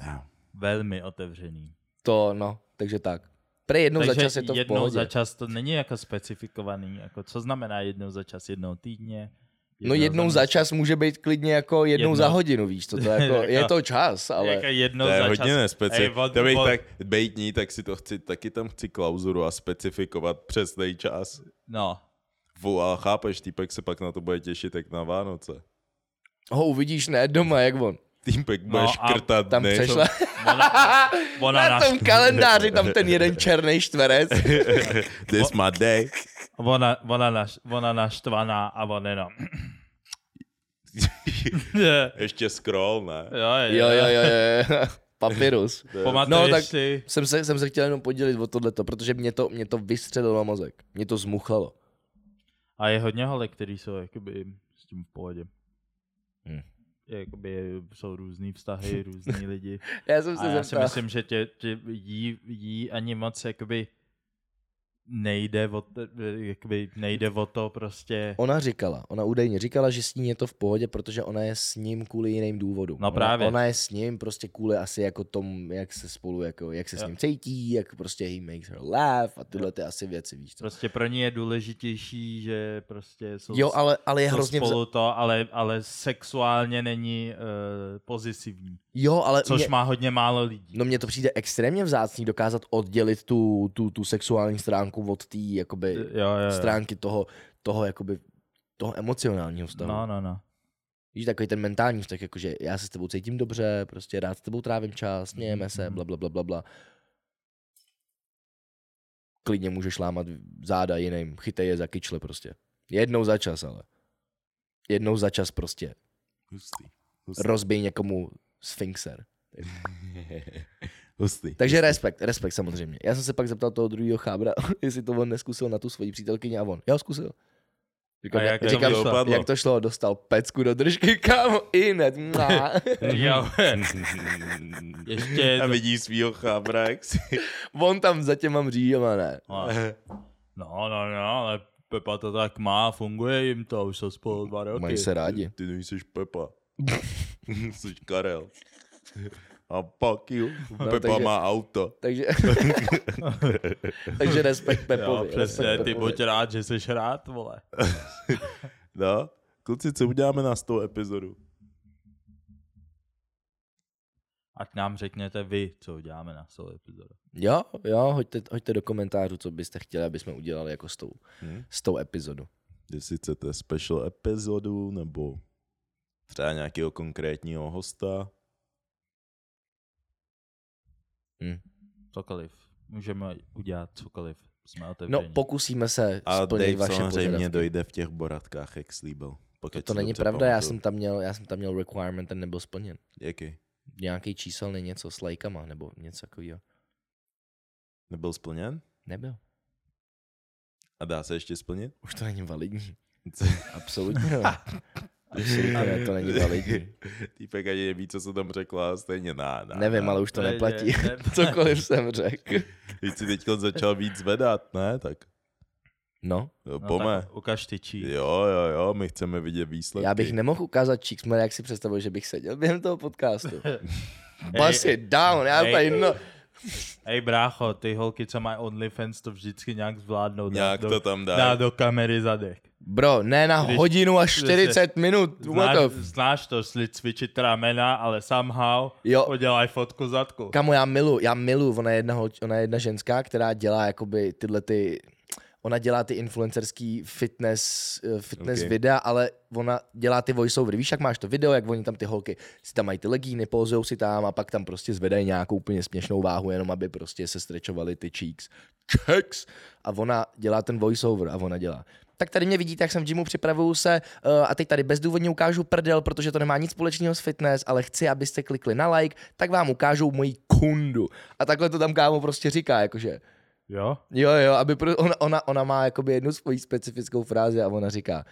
S2: Damn.
S3: Velmi otevřeným.
S1: To no, takže tak. Pre jednou
S3: Takže
S1: za čas je to v
S3: jednou
S1: pohodě.
S3: za čas to není jako specifikovaný. Jako co znamená jednou za čas? Jednou týdně?
S1: no jednou za čas může být klidně jako jednou
S3: Jednou.
S1: za hodinu, víš co, to je jako, je
S3: Jako-
S1: to čas,
S3: Ale...
S1: ale
S3: Jako jednou
S2: To je
S3: za
S2: hodně
S3: čas. Ej,
S2: nespecifikovaný.
S3: od-
S2: To bych
S3: od-
S2: tak bejtní, tak si to chci, taky tam chci klauzuru a specifikovat přesný čas.
S3: No,
S2: Fu, ale chápeš, týpek se pak na to bude těšit jak na Vánoce.
S1: ho uvidíš ne doma, jak on.
S2: Týpek bude
S3: No a
S2: škrtat
S1: Tam
S2: dny.
S1: přešla
S3: ona, ona,
S1: na
S3: nás,
S1: tom kalendáři, tam ten jeden černý čtverec.
S2: This my day.
S3: ona, ona, naš, ona naštvaná a on jenom.
S2: Ještě scroll, ne?
S3: jo,
S1: Jo, jo, jo, jo. jo. Papyrus.
S3: Pamatuješ
S1: No, tak-
S3: si?
S1: Jsem se, jsem se chtěl jenom podělit o tohleto, protože mě to, mě to vystřelilo mozek. Mě to zmuchalo.
S3: A je hodně holek, který jsou jakoby s tím v pohodě.
S1: Hmm.
S3: Jakoby jsou různý vztahy, různí lidi.
S1: Já jsem se
S3: A já si
S1: zeptal.
S3: myslím, že tě, tě jí, jí ani moc jakoby nejde o, t- jakoby nejde o to prostě.
S1: Ona říkala, ona údajně říkala, že s ní je to v pohodě, protože ona je s ním kvůli jiným důvodům.
S3: No
S1: ona,
S3: právě.
S1: Ona je s ním prostě kvůli asi jako tomu, jak se spolu, jako, jak se s
S3: Jo.
S1: ním cítí, jak prostě he makes her laugh a tyhle ty asi věci, víš co.
S3: Prostě pro ní je důležitější, že prostě jsou,
S1: Jo, ale, ale je
S3: jsou
S1: hrozně... Vza...
S3: spolu to, ale, ale sexuálně není uh, pozitivní.
S1: Jo, ale...
S3: Což
S1: mě...
S3: má hodně málo lidí.
S1: No mně to přijde extrémně vzácný dokázat oddělit tu, tu, tu sexuální stránku stránku od té jakoby
S3: Eh, Jo, jo, jo.
S1: stránky toho, toho jakoby toho emocionálního vztahu.
S3: No, no, no.
S1: Víš, takový ten mentální vztah, jakože já se s tebou cítím dobře, prostě rád s tebou trávím čas, smějeme se,
S3: Mhm.
S1: bla, bla, bla, bla, bla. Klidně můžeš lámat záda jiným, chytej je za kyčle prostě. Jednou za čas, ale. Jednou za čas prostě.
S2: Hustý. Hustý.
S1: Rozbij někomu sfinkser.
S2: Hustý.
S1: Takže
S3: Prostě.
S1: respekt, respekt samozřejmě. Já jsem se pak zeptal toho druhého chábra, jestli to on neskusil na tu svoji přítelkyni a on. Já ho zkusil. Říkám,
S3: A
S1: Jako "Ne-
S3: jak to
S1: říkám,
S3: dopadlo?
S1: jak to šlo? Dostal pecku do držky, kámo, i hned. Mua.
S3: Jo, ještě...
S2: A vidí svýho chábra, jak si...
S1: On tam za těma mřížema, ne.
S3: A- No, no, no, ale Pepa to tak má, funguje jim to, už jsou spolu dva roky.
S1: Mají se rádi.
S2: Ty nejsi Pepa. jsi Karel. A pak jo.
S1: No,
S2: Pepa
S1: takže-
S2: má auto.
S1: Takže, takže respekt
S3: Jo,
S1: Pepovi.
S3: přesně,
S1: respekt
S3: ty
S1: Pepovi.
S3: buď rád, že jsi rád, vole.
S2: No, kluci, co uděláme na 100 epizodu?
S3: Ať nám řekněte vy, co uděláme na celou epizodu.
S1: Jo, jo, hoďte, hoďte do komentářů, co byste chtěli, aby jsme udělali jako s tou,
S2: Hm?
S1: s tou epizodu.
S2: Jestli chcete special epizodu, nebo třeba nějakého konkrétního hosta.
S1: Hm.
S3: Cokoliv. Můžeme udělat cokoliv. Jsme
S1: No,
S3: otevření.
S1: pokusíme se
S2: A
S1: splnit
S2: Dave
S1: vaše
S2: samozřejmě
S1: požadavky.
S2: dojde v těch boratkách, jak slíbil.
S1: To,
S2: Pokud
S1: to
S2: si
S1: není
S2: dobře
S1: pravda, já
S2: pamatuju.
S1: jsem tam měl, já jsem tam měl requirement, ten nebyl splněn.
S2: Jaký?
S1: Nějaký číselný něco s lajkama, nebo něco takového.
S2: Nebyl splněn?
S1: Nebyl.
S2: A dá se ještě splnit?
S1: Už to není validní.
S2: Co?
S1: Absolutně. ne. Absolutně, ne, to není validní.
S2: Týpek ani neví, co se tam řekla, stejně ná, ná,
S1: Nevím,
S2: ná.
S1: ale už to
S3: Ne, ne,
S1: neplatí.
S3: ne.
S1: Cokoliv jsem řekl.
S2: Teď si teď začal víc zvedat, ne? Tak
S1: No,
S2: no,
S3: No,
S2: pome.
S3: tak ukaž ty čí.
S2: Jo, jo, jo, my chceme vidět výsledky.
S1: já bych nemohl ukázat Číksmer, jak si představuji, že bych seděl během toho podcastu. Bas je down, já
S3: Hej.
S1: tady no.
S3: Ej brácho, ty holky, co mají OnlyFans, to vždycky nějak zvládnou. dát
S2: Nějak
S3: do,
S2: to tam dá.
S3: Dá do kamery zadek.
S1: Bro, ne na
S3: Když-
S1: hodinu a
S3: se-
S1: 40 minut. What
S3: Znáš,
S1: the f-
S3: znáš to, sli cvičit ramena, ale somehow
S1: Jo.
S3: udělaj fotku zadku.
S1: Kamo, já milu, já milu, ona je jedna, holč- ona je jedna ženská, která dělá jakoby tyhle ty, ona dělá ty influencerský fitness, eh, fitness
S2: Ok.
S1: okay. videa, ale ona dělá ty voiceovery. Víš, jak máš to video, jak oni tam ty holky si tam mají ty legíny, pouzou si tam a pak tam prostě zvedají nějakou úplně směšnou váhu, jenom aby prostě se strečovaly ty cheeks. Cheeks! A ona dělá ten voiceover a ona dělá. Tak tady mě vidíte, jak jsem v gymu, připravuju se eh, a teď tady bezdůvodně ukážu prdel, protože to nemá nic společného s fitness, ale chci, abyste klikli na like, tak vám ukážou moji kundu. A takhle to tam kámo prostě říká, jakože
S3: Jo?
S1: Jo, jo, aby pro, ona, ona, ona má jakoby jednu svoji specifickou frázi a ona říká,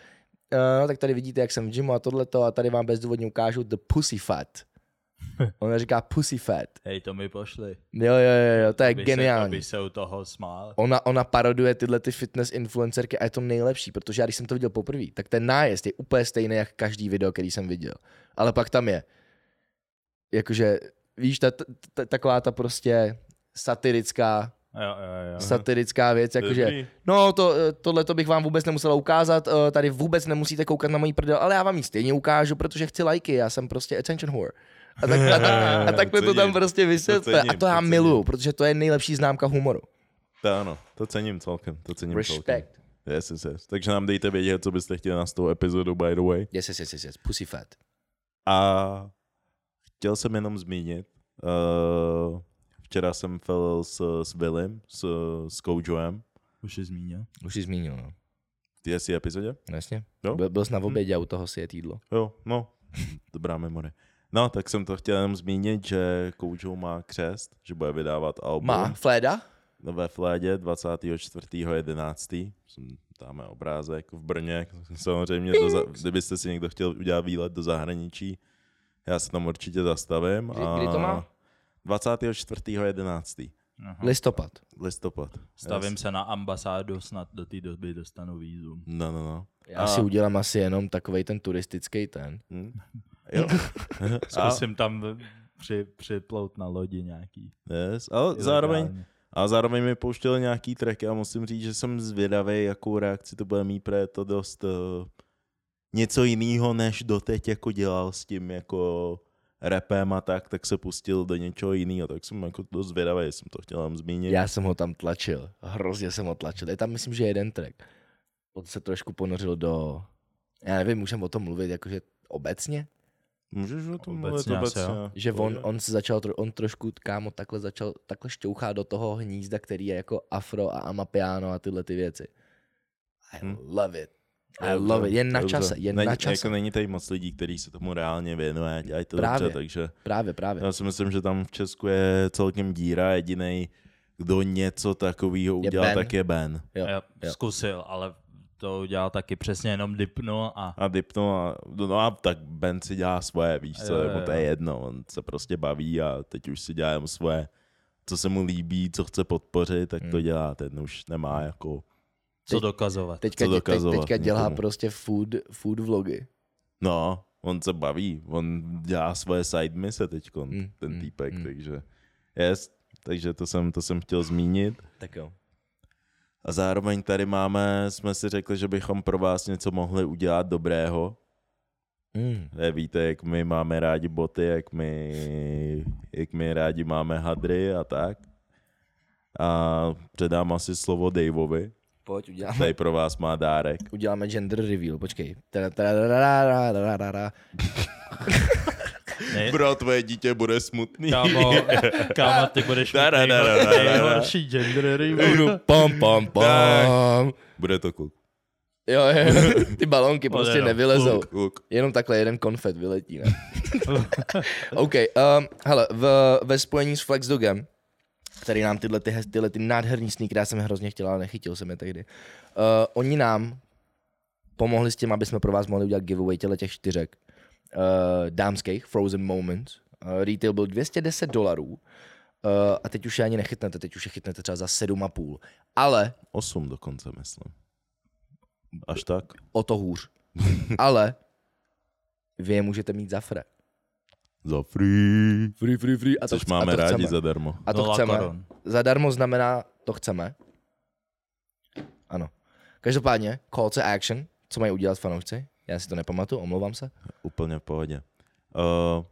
S1: "E, no tak tady vidíte, jak jsem v gymu a tohleto a tady vám bezdůvodně ukážu the pussy fat. Ona říká pussy fat.
S3: Hej, to mi pošli.
S1: Jo, jo, jo, jo to je
S3: Aby Se,
S1: geniální.
S3: aby se u toho smál.
S1: Ona, ona paroduje tyhle ty fitness influencerky a je to nejlepší, protože já když jsem to viděl poprvé, tak ten nájezd je úplně stejný jak každý video, který jsem viděl. Ale pak tam je, jakože, víš, ta, ta, ta, taková ta prostě satirická,
S3: Jo, jo, jo.
S1: satirická věc, jakože...
S2: Dobrý.
S1: No, to, eh, tohle to bych vám vůbec nemusela ukázat, eh, tady vůbec nemusíte koukat na mojí prdel, ale já vám ji stejně ukážu, protože chci lajky, já jsem prostě attention whore. A, tak, a, tak, a takhle to tam
S2: Cením,
S1: prostě vysvětlí.
S2: cením,
S1: A to já
S2: to cením.
S1: miluju, protože to je nejlepší známka humoru.
S2: To ano, to cením celkem, to cením celkem.
S1: Respect.
S2: Yes, yes, yes. Takže nám dejte vědět, co byste chtěli na 100 epizodu, by the way.
S1: Yes, yes, yes, yes, yes. Pussy fat.
S2: A chtěl jsem jenom zmínit, uh, včera jsem felil s, s Willem, s, s Kojoem,
S3: Už jsi zmínil.
S1: Už jsi zmínil, no.
S2: v TSC epizodě.
S1: No Jasně.
S2: Jo?
S1: Byl, byl jsi na obědě a u toho si je jídlo.
S2: Jo, no, dobrá memorie. No, tak jsem to chtěl jenom zmínit, že Kojo má křest, že bude vydávat album.
S1: Má fléda?
S2: No, ve Flédě 24.11. Jsem- Dáme obrázek v Brně. Samozřejmě, do za, kdybyste si někdo chtěl udělat výlet do zahraničí, já se tam určitě zastavím.
S1: Kdy- kdy to má?
S2: 24.11.
S3: Aha.
S1: Listopad.
S2: listopad.
S3: Stavím
S2: Yes.
S3: se na ambasádu, snad do té doby dostanu vízum.
S2: No, no, no.
S1: Já a... si udělám asi jenom takový ten turistický ten.
S2: Hm? Jo. a,
S3: Zkusím tam při, připlout na lodi nějaký.
S2: yes, ale zároveň, a zároveň mi pouštěli nějaký tracky a musím říct, že jsem zvědavý, jakou reakci to bude mít, protože je to eh, dost uh, něco jiného, než doteď jako dělal s tím jako repem a tak, tak se pustil do něčeho jiného, tak jsem jako dost zvědavý, jsem to chtěl jenom zmínit.
S1: Já jsem ho tam tlačil. Hrozně jsem ho tlačil. Je tam, myslím, že jeden track. On se trošku ponořil do... Já nevím, můžem o tom mluvit jakože obecně?
S2: Můžeš o tom mluvit
S3: Obecně asi,
S2: obecně?
S3: jo.
S1: Že
S2: To
S1: on,
S2: je-
S1: on se začal, tro- on trošku, kámo, takhle začal, takhle šťouchá do toho hnízda, který je jako afro a amapiano a tyhle ty věci. I
S2: Hm.
S1: love it.
S2: to
S1: I
S2: je
S1: love
S2: dobře,
S1: it. Jen
S2: to je
S1: na
S2: dobře.
S1: čase, jen
S2: není,
S1: na čase.
S2: Jako není tady moc lidí, kteří se tomu reálně věnuje, a dělají to
S1: Právě.
S2: dobře, takže
S1: Právě, právě.
S2: já si myslím, že tam v Česku je celkem díra, jediný, kdo něco takového
S1: Je
S2: udělal,
S1: Ben.
S2: tak je Ben.
S1: Jo,
S3: Já
S1: jo.
S3: Zkusil, ale to udělal taky přesně jenom dipno a
S2: A dipnul a, no a tak Ben si dělá svoje, víš co,
S3: Jo,
S2: jo,
S3: jo,
S2: to je
S3: jo.
S2: jedno, on se prostě baví a teď už si dělá jenom svoje, co se mu líbí, co chce podpořit, tak to
S1: Hmm.
S2: dělá, ten už nemá jako,
S3: co
S1: Teď-
S3: dokazovat.
S1: Teďka,
S2: co
S1: dě- teď,
S2: dokazovat jako no.
S1: teďka dělá
S2: někomu.
S1: prostě food, food vlogy.
S2: no, on se baví, on dělá svoje side mise teďkon,
S1: Hmm,
S2: ten
S1: hmm,
S2: týpek,
S1: hmm.
S2: takže, yes, takže to jsem, to jsem chtěl zmínit.
S1: Tak jo.
S2: A zároveň tady máme, jsme si řekli, že bychom pro vás něco mohli udělat dobrého.
S1: Mm.
S2: Ne, víte, jak my máme rádi boty, jak my, jak my rádi máme hadry a tak. A předám asi slovo Daveovi.
S1: Pojď, uděláme,
S2: Tady pro vás má dárek.
S1: uděláme gender reveal, počkej. Teda, teda, teda, teda, teda, teda, teda.
S3: Ne,
S2: Bro, tvoje dítě bude smutný.
S3: kámo, kámo, ty budeš mít
S2: Da, da, da, da, da,
S3: nejhor-
S2: da, da.
S3: nejhorší gender review.
S1: Pam, pam, pam.
S2: Bude to kluk.
S1: Jo, jo, ty balonky prostě
S3: Odjedou.
S1: nevylezou.
S2: kluk.
S1: Jenom takhle jeden konfet vyletí, ne? OK, um, hele, v, ve spojení s Flexdogem, který nám tyhle, ty, hez- tyhle ty nádherní sneakery, já jsem je hrozně chtěl, ale nechytil jsem je tehdy. Uh, oni nám pomohli s tím, aby jsme pro vás mohli udělat giveaway těle těch čtyřek uh, dámských, Frozen Moments. Uh, retail byl 210 dolarů uh, a teď už je ani nechytnete, teď už je chytnete třeba za 7,5. Ale
S2: Osm dokonce, myslím. Až tak?
S1: o to hůř. ale vy je můžete mít za free.
S2: Za free.
S1: Free, free, free. A to,
S2: Což
S1: chc-
S2: máme
S1: a to
S2: rádi
S1: chceme.
S2: zadarmo.
S1: A to
S3: Nula
S1: chceme.
S3: korun.
S1: Zadarmo znamená, to chceme. Ano. Každopádně, call to action, co mají udělat fanoušci? Já si to nepamatuju, omlouvám se.
S2: Úplně v pohodě. Uh,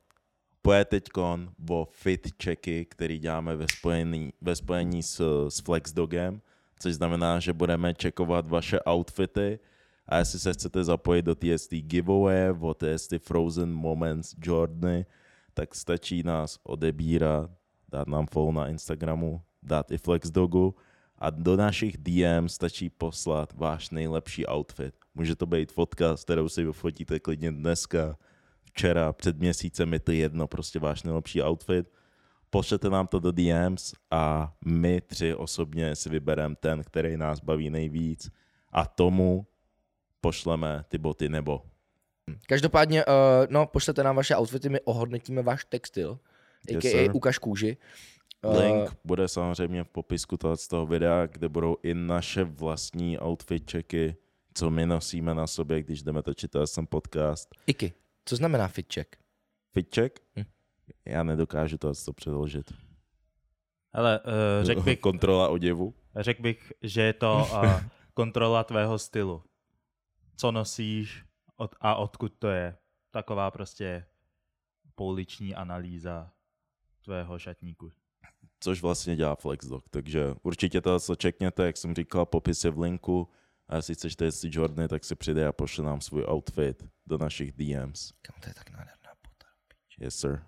S2: Poje teďkon o fit checky, který děláme ve spojení, ve spojení s, s Flexdogem, což znamená, že budeme čekovat vaše outfity a jestli se chcete zapojit do TST giveaway, o TST Frozen Moments Jordany, tak stačí nás odebírat, dát nám follow na Instagramu, dát i Flexdogu a do našich DM stačí poslat váš nejlepší outfit. Může to být fotka, s kterou si vyfotíte klidně dneska, včera, před měsícem, je to jedno, prostě váš nejlepší outfit. Pošlete nám to do DMs a my tři osobně si vybereme ten, který nás baví nejvíc a tomu pošleme ty boty nebo.
S1: Každopádně, uh, no, pošlete nám vaše outfity, my ohodnotíme váš textil,
S2: Yes,
S1: a.k.a.
S2: sir.
S1: ukaž kůži. Eh,
S2: Link bude samozřejmě v popisku toho- z toho videa, kde budou i naše vlastní outfit checky, co my nosíme na sobě, když jdeme točit ten podcast.
S1: Iky, co znamená fit check?
S2: Fitček?
S1: Hm.
S2: Já nedokážu to to předložit.
S3: Ale uh, řekl bych,
S2: Kontrola oděvu.
S3: Řekl bych, že je to uh, kontrola tvého stylu. Co nosíš od, a odkud to je. Taková prostě pouliční analýza tvého šatníku.
S2: což vlastně dělá FlexDoc. Takže určitě to co čekněte, jak jsem říkal, popis je v linku. A jestli chceš tady si Jordany, tak si přidej a pošle nám svůj outfit do našich DMs.
S1: Kam to je tak nádherná pota.
S2: Yes, sir.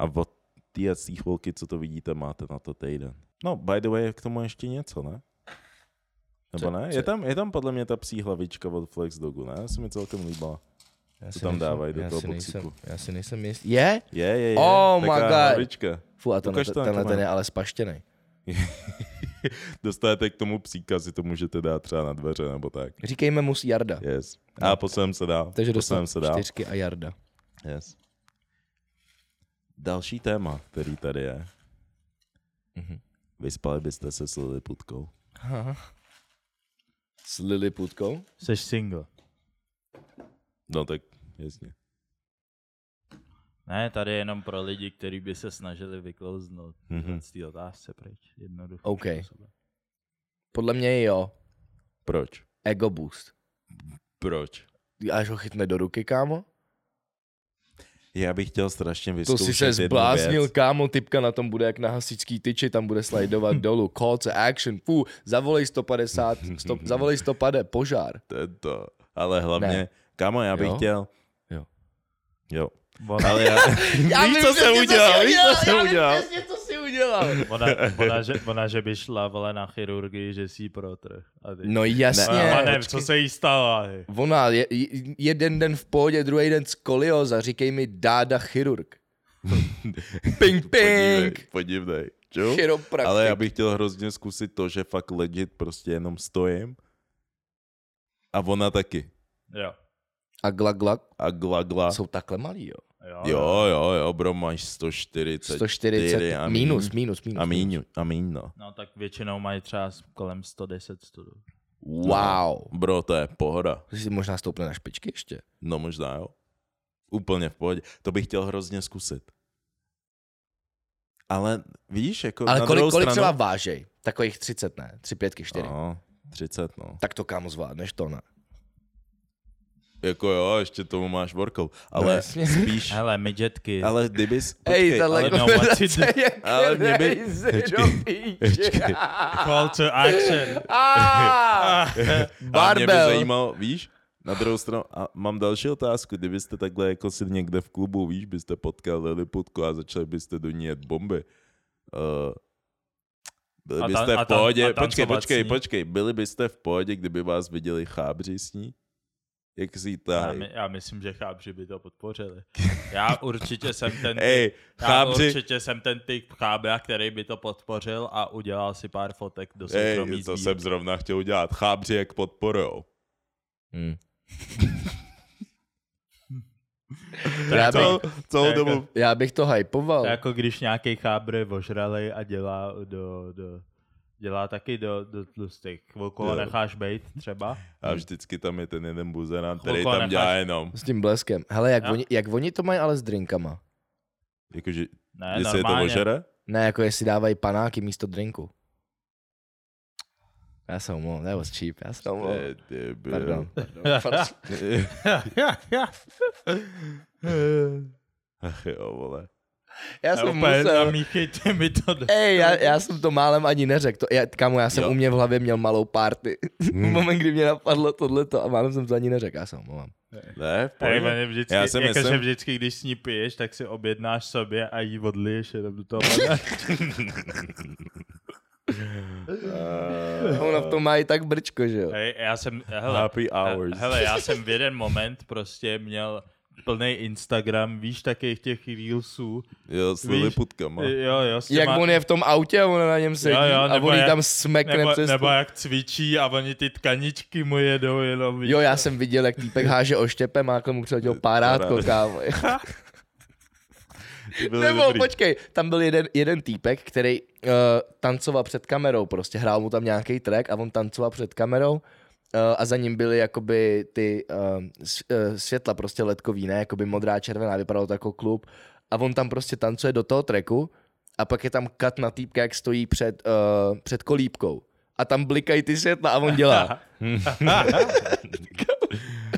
S2: A od té chvilky, co to vidíte, máte na to týden. No, by the way, k tomu ještě něco, ne? Nebo
S1: Co-
S2: ne?
S1: co-
S2: Je tam, je tam podle mě ta psí hlavička od FlexDogu, ne? Se mi celkem líbila.
S1: Já
S2: Co
S1: si
S2: tam
S1: nejsem-
S2: dávají do
S1: já
S2: toho
S1: si nejsem-
S2: boxíku?
S1: Já si nejsem jist. Je?
S2: Je, je, je.
S1: Oh my
S2: taková
S1: God.
S2: Hlavička.
S1: Fu, a tenhle,
S2: Ukaž to,
S1: tenhle
S2: Antoman.
S1: ten je ale spaštěný.
S2: Dostanete k tomu psíka, si to můžete dát třeba na dveře nebo tak.
S1: Říkejme mu s Jarda.
S2: Yes. A posunem se dál.
S1: Takže
S2: posunem
S1: dostanu
S2: se dál.
S1: čtyřky a Jarda.
S2: Yes. Další téma, který tady je.
S1: Mhm.
S2: Vyspali byste se s Liliputkou.
S1: S Liliputkou?
S3: Jsi single.
S2: No tak, jasně.
S3: Ne, tady je jenom pro lidi, kteří by se snažili vyklouznout
S2: Mhm.
S3: mm-hmm. z té otázce pryč. Jednoduché.
S1: OK. Podle mě jo.
S2: Proč?
S1: Ego boost.
S2: Proč?
S1: Až ho chytne do ruky, kámo?
S2: Já bych chtěl strašně
S1: To
S2: vyzkoušet
S1: si se
S2: jednu
S1: zbláznil,
S2: věc.
S1: kámo, typka na tom bude jak na hasičský tyči, tam bude slajdovat dolů. Call to action, pů, zavolej 150, stop, zavolej 150, požár.
S2: To je to. Ale hlavně,
S1: Ne.
S2: ne. kámo, já bych
S1: Jo?
S2: chtěl...
S1: Jo.
S2: Jo.
S3: Voda,
S2: Ale já...
S1: Já
S2: víš, co
S1: přesně,
S2: jsem udělal, víš, co jsem
S1: já vím
S2: udělal.
S1: přesně, co jsi udělal.
S3: ona, ona, že, ona, že by šla vole na chirurgii, že si ji protrh. A ty-
S1: No jasně.
S3: a
S1: Ne,
S3: ne, co se jí stalo? ty?
S1: Ona je, j- jeden den v pohodě, druhý den skolioza, říkej mi dáda chirurg. ping,
S2: Podívej,
S1: ping.
S2: podívej. Čo?
S1: Chiropraktik.
S2: Ale já bych chtěl hrozně zkusit to, že fakt legit prostě jenom stojím. A ona taky.
S3: Jo.
S1: A glak, glak
S2: A gla, gla.
S1: jsou takhle malý, jo.
S3: Jo, no.
S2: Jo, jo, jo, bro, máš 140.
S1: 140,
S2: a míň.
S1: minus, minus, minus.
S2: A míň, a míň, no.
S3: No tak většinou mají třeba kolem 110 studů.
S1: Wow.
S2: No, bro, to je pohoda.
S1: To si možná stoupne na špičky ještě.
S2: No možná jo. Úplně v pohodě. To bych chtěl hrozně zkusit. Ale víš, jako
S1: Ale
S2: na
S1: kolik,
S2: druhou
S1: kolik třeba
S2: stranu...
S1: vážej? Takových 30 ne, 3, 5, 4.
S2: No, 30, no.
S1: Tak to kámo zvládneš to ne.
S2: Jako jo, ještě tomu máš workout.
S1: no,
S2: Ale
S1: jasně.
S2: spíš...
S3: Hele, midgetky.
S2: Ale kdybys...
S1: Ej,
S2: Počkej,
S1: tahle
S2: ale,
S3: no,
S1: konverzace
S3: what
S1: je
S2: ale mě by-
S1: crazy do
S2: Počkej,
S1: píče.
S2: počkej.
S3: Call to action.
S1: Ah!
S2: ale mě by
S1: Barbel.
S2: zajímalo, víš, na druhou stranu, a mám další otázku, kdybyste takhle jako si někde v klubu, víš, byste potkal Liliputku a začali byste do ní jet bomby, uh, byli
S3: A ta-
S2: byste
S3: a
S2: v
S3: tan- a
S2: pohodě,
S3: tancovat
S2: počkej,
S3: s
S2: počkej,
S3: ní?
S2: počkej, byli byste v pohodě, kdyby vás viděli chábři s ní? Jak si ji
S3: Já,
S2: tahají?
S3: my, já myslím, že chábři by to podpořili. Já určitě jsem ten...
S2: Ej,
S3: já
S2: chábři,
S3: určitě jsem ten typ chábra, který by to podpořil a udělal si pár fotek do soukromí
S2: ej, to jsem zrovna chtěl udělat, chábři jak podporujou.
S1: Hmm.
S3: Já
S1: Já,
S3: to-
S1: bych,
S2: Celou, celou
S3: jako-
S2: dobu,
S1: já bych to
S3: To
S1: hypoval.
S3: je jako když nějaký chábr ožrali a dělá do, do dělá taky do, do tlustých. Chvilku ho
S2: Jo.
S3: necháš bejt třeba.
S2: a vždycky tam je ten jeden buzerán, který
S3: Chvilku a
S2: tam dělá
S3: necháš-
S2: jenom,
S1: S tím bleskem. Hele, jak,
S3: Já-
S1: oni, jak oni to mají ale s drinkama?
S2: jakože,
S3: Ne,
S2: jestli je to
S3: normálně.
S2: ožere?
S1: Ne, jako jestli dávají panáky místo drinku. Já jsem omlouvám, that was cheap, já jsem omlouvám.
S2: Eh, ty byl.
S1: Pardon.
S2: Ach jo, vole.
S1: Já
S3: Já
S1: jsem
S3: úplně
S1: musel. Eh,
S3: namíchejte mi to do...
S1: Ej, já, já jsem to málem ani neřekl. To, já, kamu, já jsem
S2: Jo.
S1: u mě v hlavě měl malou party.
S3: Hmm.
S1: V moment, kdy mě napadlo tohleto a málem jsem to ani neřekl. Já se omlouvám.
S2: Ne, v
S3: Ej,
S2: pohodě.
S3: oni vždycky,
S2: Eh, Já si
S3: jako,
S2: myslím-
S3: že vždycky, když s ní piješ, tak si objednáš sobě a jí odliješ jenom do toho.
S2: Eh,
S1: A Ona v tom má i tak brčko, že jo?
S3: Hej, já jsem, hele,
S2: Happy hours.
S3: hele, já jsem v jeden moment prostě měl plný Instagram, víš, takových těch reelsů.
S2: Jo, s
S3: Víš,
S2: liliputkama.
S3: Jo, jo, s
S1: Jak
S3: těma-
S1: on je v tom autě a ona na něm sedí
S3: Jo, jo,
S1: a
S3: nebo
S1: on jí
S3: jak-
S1: tam smekne
S3: nebo,
S1: přes
S3: nebo jak cvičí a oni ty tkaničky mu jedou jenom. víš.
S1: Jo, já jsem viděl, jak týpek háže oštěpem a mu přiletěl párátko,
S2: Parát.
S1: kámo.
S2: Ty byly
S1: Nebo
S2: dobrý.
S1: počkej, tam byl jeden, jeden týpek, který uh, tancoval před kamerou, prostě hrál mu tam nějaký track a on tancoval před kamerou uh, a za ním byly jakoby ty uh, uh, světla prostě letkový, ne, jakoby modrá, červená, vypadalo to jako klub a on tam prostě tancuje do toho tracku a pak je tam kat na týpka, jak stojí před, uh, před kolíbkou a tam blikají ty světla a on dělá.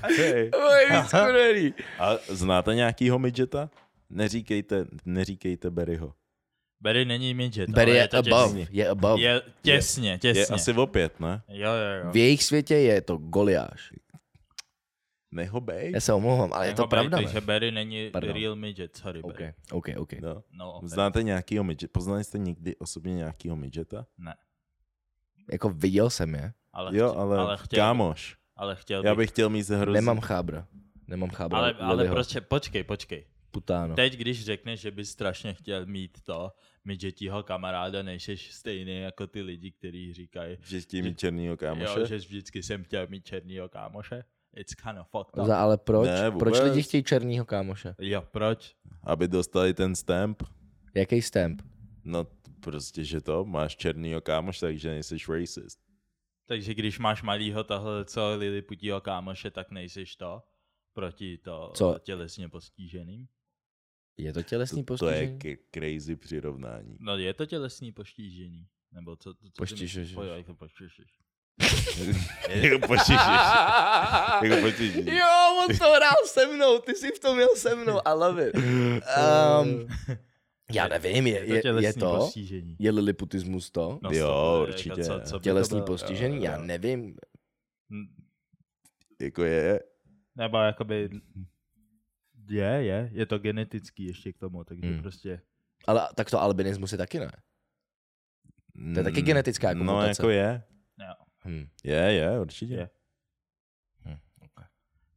S2: Hej.
S1: Oj, víc kurvený.
S2: A znáte nějakýho midgeta? Neříkejte, neříkejte Berryho.
S3: Barry není midget,
S1: Barry je
S3: ale No, je to
S1: above,
S3: těsně.
S1: je above.
S3: Je těsně, těsně.
S2: Je asi opět, ne?
S3: Jo, jo, jo.
S1: V jejich světě je to goliáš.
S2: Nech ho bej.
S1: Já se omlouvám, ale je to
S3: Jako Barry,
S1: pravda, ne?
S3: Takže Barry není
S1: Pardon.
S3: real midget, sorry
S1: OK,
S3: Barry.
S1: OK, OK.
S2: No.
S3: No, offense.
S2: Znáte nějakýho midgeta? Poznali jste někdy osobně nějakýho midgeta?
S1: Jako viděl jsem je.
S3: ale
S2: Jo,
S3: chtě-
S2: ale,
S3: ale chtěl,
S2: kámoš.
S3: Ale chtěl
S2: Já bych chtěl mít hrozně...
S1: Nemám chábra. Nemám chábra.
S3: ale, ale
S1: Liliho.
S3: prostě, počkej, počkej.
S1: Putáno.
S3: Teď, když řekneš, že bys strašně chtěl mít to midgetího kamaráda, nejseš stejný jako ty lidi, kteří říkají,
S2: Že chtějí mít černýho kámoše?
S3: jo, že vždycky jsem chtěl mít černýho kámoše. It's kind of fucked up.
S1: Za, ale proč?
S2: Ne, vůbec.
S1: proč lidi chtějí černýho kámoše?
S3: Jo, proč?
S2: Aby dostali ten stamp?
S1: Jaký stamp?
S2: No t- prostě, že to, máš černýho kámoš, takže nejsi racist.
S3: Takže když máš malýho tahle co Liliputího kámoše, tak nejseš to proti to
S1: Co?
S3: tělesně postiženým.
S1: Je to tělesný
S2: To, to je
S1: postižení?
S2: k- crazy přirovnání.
S3: No je to tělesný postižení. Nebo co, co, co
S1: Postižeš,
S3: Pojď, to postižeš.
S2: jako počišíš. Jako počišíš.
S1: Jo, on to hrál se mnou, ty jsi v tom jel se mnou, I love it. Um, já nevím, je, je, je
S3: tělesný
S1: to,
S3: postižení.
S1: je liliputismus to,
S2: Jo,
S3: No, stop, jako
S2: určitě.
S3: Co, co by to
S1: tělesný
S3: bylo?
S1: postižení, já
S3: Jo, jo.
S1: nevím,
S2: Jako je,
S3: Nebo jakoby... Je, je. Je to genetický ještě k tomu, takže
S2: Hmm.
S3: hmm. prostě...
S1: ale tak to albinismus je taky ne. To je taky
S2: Mm,
S1: genetická jako
S2: No
S1: mutace.
S2: jako je.
S3: Jo.
S1: Hm.
S2: Je, je, určitě.
S3: Je.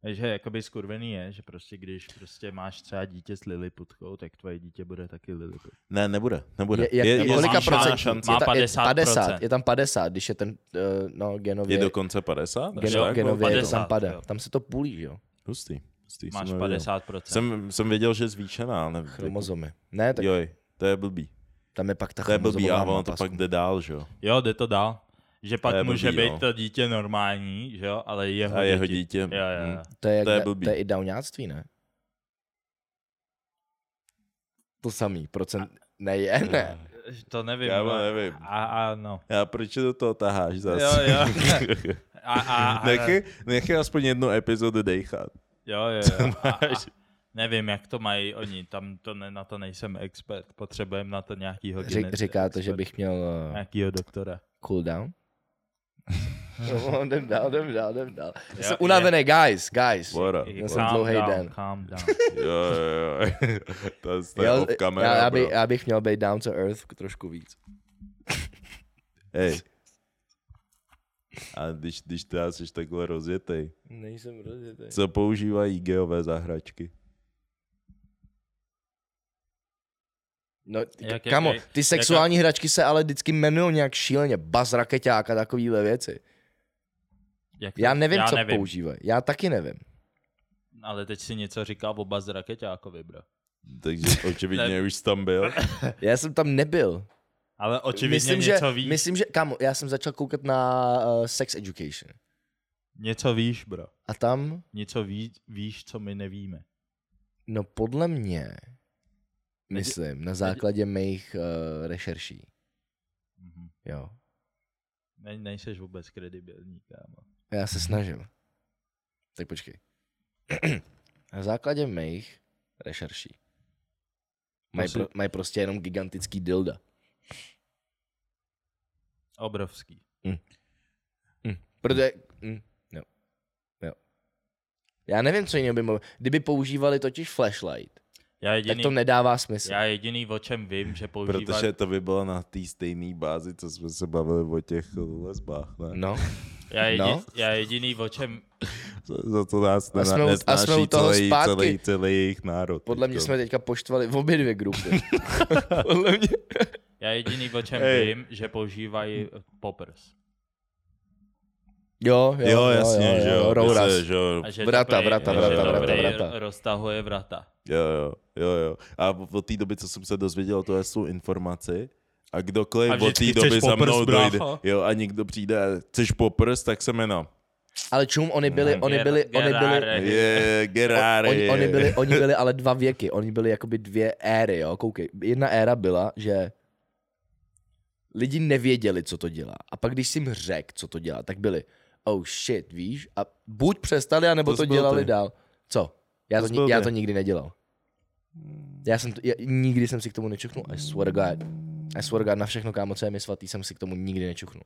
S3: Takže jakoby skurvený je, že prostě když prostě máš třeba dítě s Liliputkou, tak tvoje dítě bude taky Liliput.
S2: Ne, nebude, nebude.
S1: Je, jak, je, je, kolika
S3: má
S1: procent?
S2: šance.
S1: Je
S3: Má
S1: ta- je
S3: 50%.
S1: 50, je tam 50, když je ten, uh, no, genově,
S2: Je dokonce 50? Až
S1: geno,
S3: tak,
S1: genově je to
S3: 50,
S1: tam padá.
S3: jo.
S1: Tam se to půlí, jo,
S2: Hustý. Hustý
S3: Máš
S2: jsem nevěděl.
S3: 50%.
S2: Jsem, jsem věděl, že je zvýšená, ale nevím.
S1: chromozomy. Ne, tak
S2: Joj, to je blbý.
S1: tam je pak ta
S2: To je blbý a
S1: chromozomová
S2: ono to
S1: nápasku.
S2: pak jde dál, že jo.
S3: Jo, jde to dál. Že pak
S2: To je
S3: blbý, může
S2: blbý,
S3: být
S2: no.
S3: to dítě normální, že jo, ale jeho
S2: A jeho
S3: děti.
S2: dítě.
S3: Jo, jo, jo.
S2: hm.
S1: To je, jak
S2: To je
S1: na-
S2: blbý.
S1: to je i dauňáctví, ne? To samý, procent... Ne, je, ne.
S3: To nevím.
S2: Já
S3: no.
S2: nevím.
S3: A, a no.
S2: Já proč do toho taháš zase?
S3: Jo, jo. A, a, a,
S2: Nechej, nechej aspoň jednu epizodu dechat.
S3: jo, jo, jo. A, a, nevím, jak to mají oni, tam to ne, na to nejsem expert, potřebujeme na to nějakýho
S1: Řek,
S3: genet-
S1: říká to, že
S3: expert-
S1: bych měl uh,
S3: Nějakýho doktora.
S1: cooldown. No, jdem dál, jdem dál, jdem dál. Já
S3: Jo,
S1: jsem
S3: je.
S1: unavený, guys, guys.
S2: Vora.
S3: I
S2: Jo,
S1: Já jsem
S3: calm
S1: dlouhej
S3: down,
S1: den.
S3: Calm down.
S2: jo, jo. To je- To je
S1: Já,
S2: off camera,
S1: já, já,
S2: bro.
S1: by, já bych měl být down to earth trošku víc.
S2: Hej. A když, když teda jsi takhle rozjetej,
S1: Nejsem rozjetý.
S2: co používají geové zahračky?
S1: No, ty-
S3: Jak- jak-
S1: kamo,
S3: jak-
S1: ty sexuální hračky se ale vždycky jmenují nějak šíleně. Baz raketák a takovýhle věci.
S3: Jak to-
S1: Já nevím,
S3: já
S1: co
S3: nevím.
S1: používají. Já taky nevím.
S3: Ale teď si něco říkal oba z raketákovi, bro.
S2: Takže očividně
S3: Ne.
S2: už jsi tam byl.
S1: Já jsem tam nebyl.
S3: Ale očividně
S1: myslím,
S3: něco
S1: že,
S3: víš.
S1: myslím, že, kamo, já jsem začal koukat na uh, Sex Education.
S3: Něco víš, bro.
S1: A tam,
S3: Něco ví, víš, co my nevíme.
S1: no podle mě, myslím, na základě mých uh, rešerší,
S3: Mhm.
S1: jo.
S3: Ne, nejseš vůbec kredibilní, kámo.
S1: Já se snažím. Tak počkej. na základě mých rešerší. Mají,
S3: si-
S1: pro, mají prostě jenom gigantický dilda.
S3: Obrovský.
S1: Protože... Mm, jo. Jo. Já nevím, co jiného by mohli. Kdyby používali totiž flashlight,
S3: Já jediný,
S1: tak to nedává smysl.
S3: já jediný, o čem vím, že používat...
S2: Protože to by bylo na té stejné bázi, co jsme se bavili o těch lesbách, ne?
S1: No.
S3: Já, jedi,
S1: No.
S3: já jediný, o čem...
S2: Za, za to nás
S1: A
S2: nena-
S1: jsme u- a jsme
S2: nesnáší
S1: u toho
S2: celý,
S1: zpátky.
S2: celý, celý jejich národ.
S1: Podle mě
S2: teďko.
S1: jsme teďka poštvali v obě dvě grupy. Podle mě.
S3: Já jediný, o čem
S2: Hej.
S3: vím, že používají eh, poppers.
S1: Jo, jo,
S2: Jo, jasně,
S1: jo, jo,
S2: že
S1: jo,
S2: jo.
S1: Rouras.
S2: jasně, že jo.
S3: A že
S1: Vrata,
S3: dobrý,
S1: vrata,
S3: že
S2: vrata, vrata,
S3: dobrý
S1: vrata.
S3: roztahuje vrata.
S2: Jo, jo, jo, jo. A od té doby, co jsem se dozvěděl, to je jsou informaci. A kdokoliv
S3: A
S2: od té
S3: vždycky
S2: doby
S3: chceš
S2: za
S3: poprs,
S2: mnou
S3: brácho.
S2: dojde, jo, a někdo přijde a chceš poprs, tak se jmenám.
S1: Ale čum, oni byli, oni
S3: Ger-
S1: byli, oni byli,
S3: Gerare.
S2: Je, Gerary.
S1: oni, oni byli, oni byli ale dva věky, oni byli jakoby dvě éry, jo, koukej. Jedna éra byla, že lidi nevěděli, co to dělá. A pak, když jsi jim řekl, co to dělá, tak byli, oh shit, víš, a buď přestali, anebo
S2: To
S1: to,
S2: jsi byl
S1: dělali
S2: ty.
S1: dál. Co? Já
S2: To
S1: to,
S2: jsi
S1: ni-
S2: byl
S1: já
S2: ty.
S1: to nikdy nedělal. Já jsem, to, já, nikdy jsem si k tomu nečuknul, I swear to God. I swear to God, na všechno, kámo, co je mi svatý, jsem si k tomu nikdy nečuknul.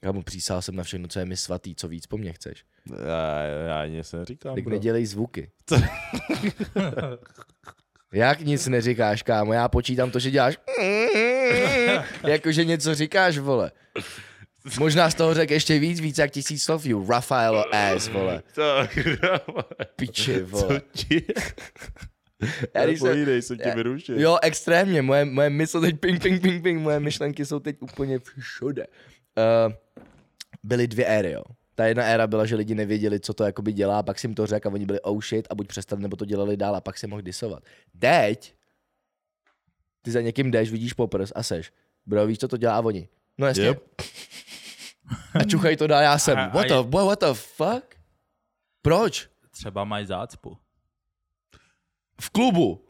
S1: Kámo, přísahal jsem na všechno, co je mi svatý, co víc po mně chceš.
S2: Já, já ani se neříkám,
S1: Tak
S2: bro.
S1: nedělej zvuky. Jak nic neříkáš, kámo, já počítám to, že děláš jakože něco říkáš, vole. Možná z toho řek ještě víc, víc jak tisíc slov, you Rafaelo ass, vole.
S2: To,
S1: Piči,
S2: co
S1: vole.
S2: ti?
S1: Já když jsem,
S2: Nepovídej, jsem tě
S1: Já-
S2: vyrušil.
S1: jo, extrémně, moje, moje mysl teď ping, ping, ping, ping, moje myšlenky jsou teď úplně všude. Uh, byly dvě éry, jo. Ta jedna éra byla, že lidi nevěděli, co to jakoby dělá, pak jsem to řekl a oni byli oh shit a buď přestali, nebo to dělali dál a pak se mohl disovat. Teď ty za někým jdeš, vidíš poprs a seš. Bro, víš, co to dělá a oni. No jasně.
S2: Yep.
S1: A čuchaj to dál, já jsem.
S3: A- a
S1: What the,
S3: je-
S1: boy, what the fuck? Proč?
S3: Třeba mají zácpu.
S1: V klubu.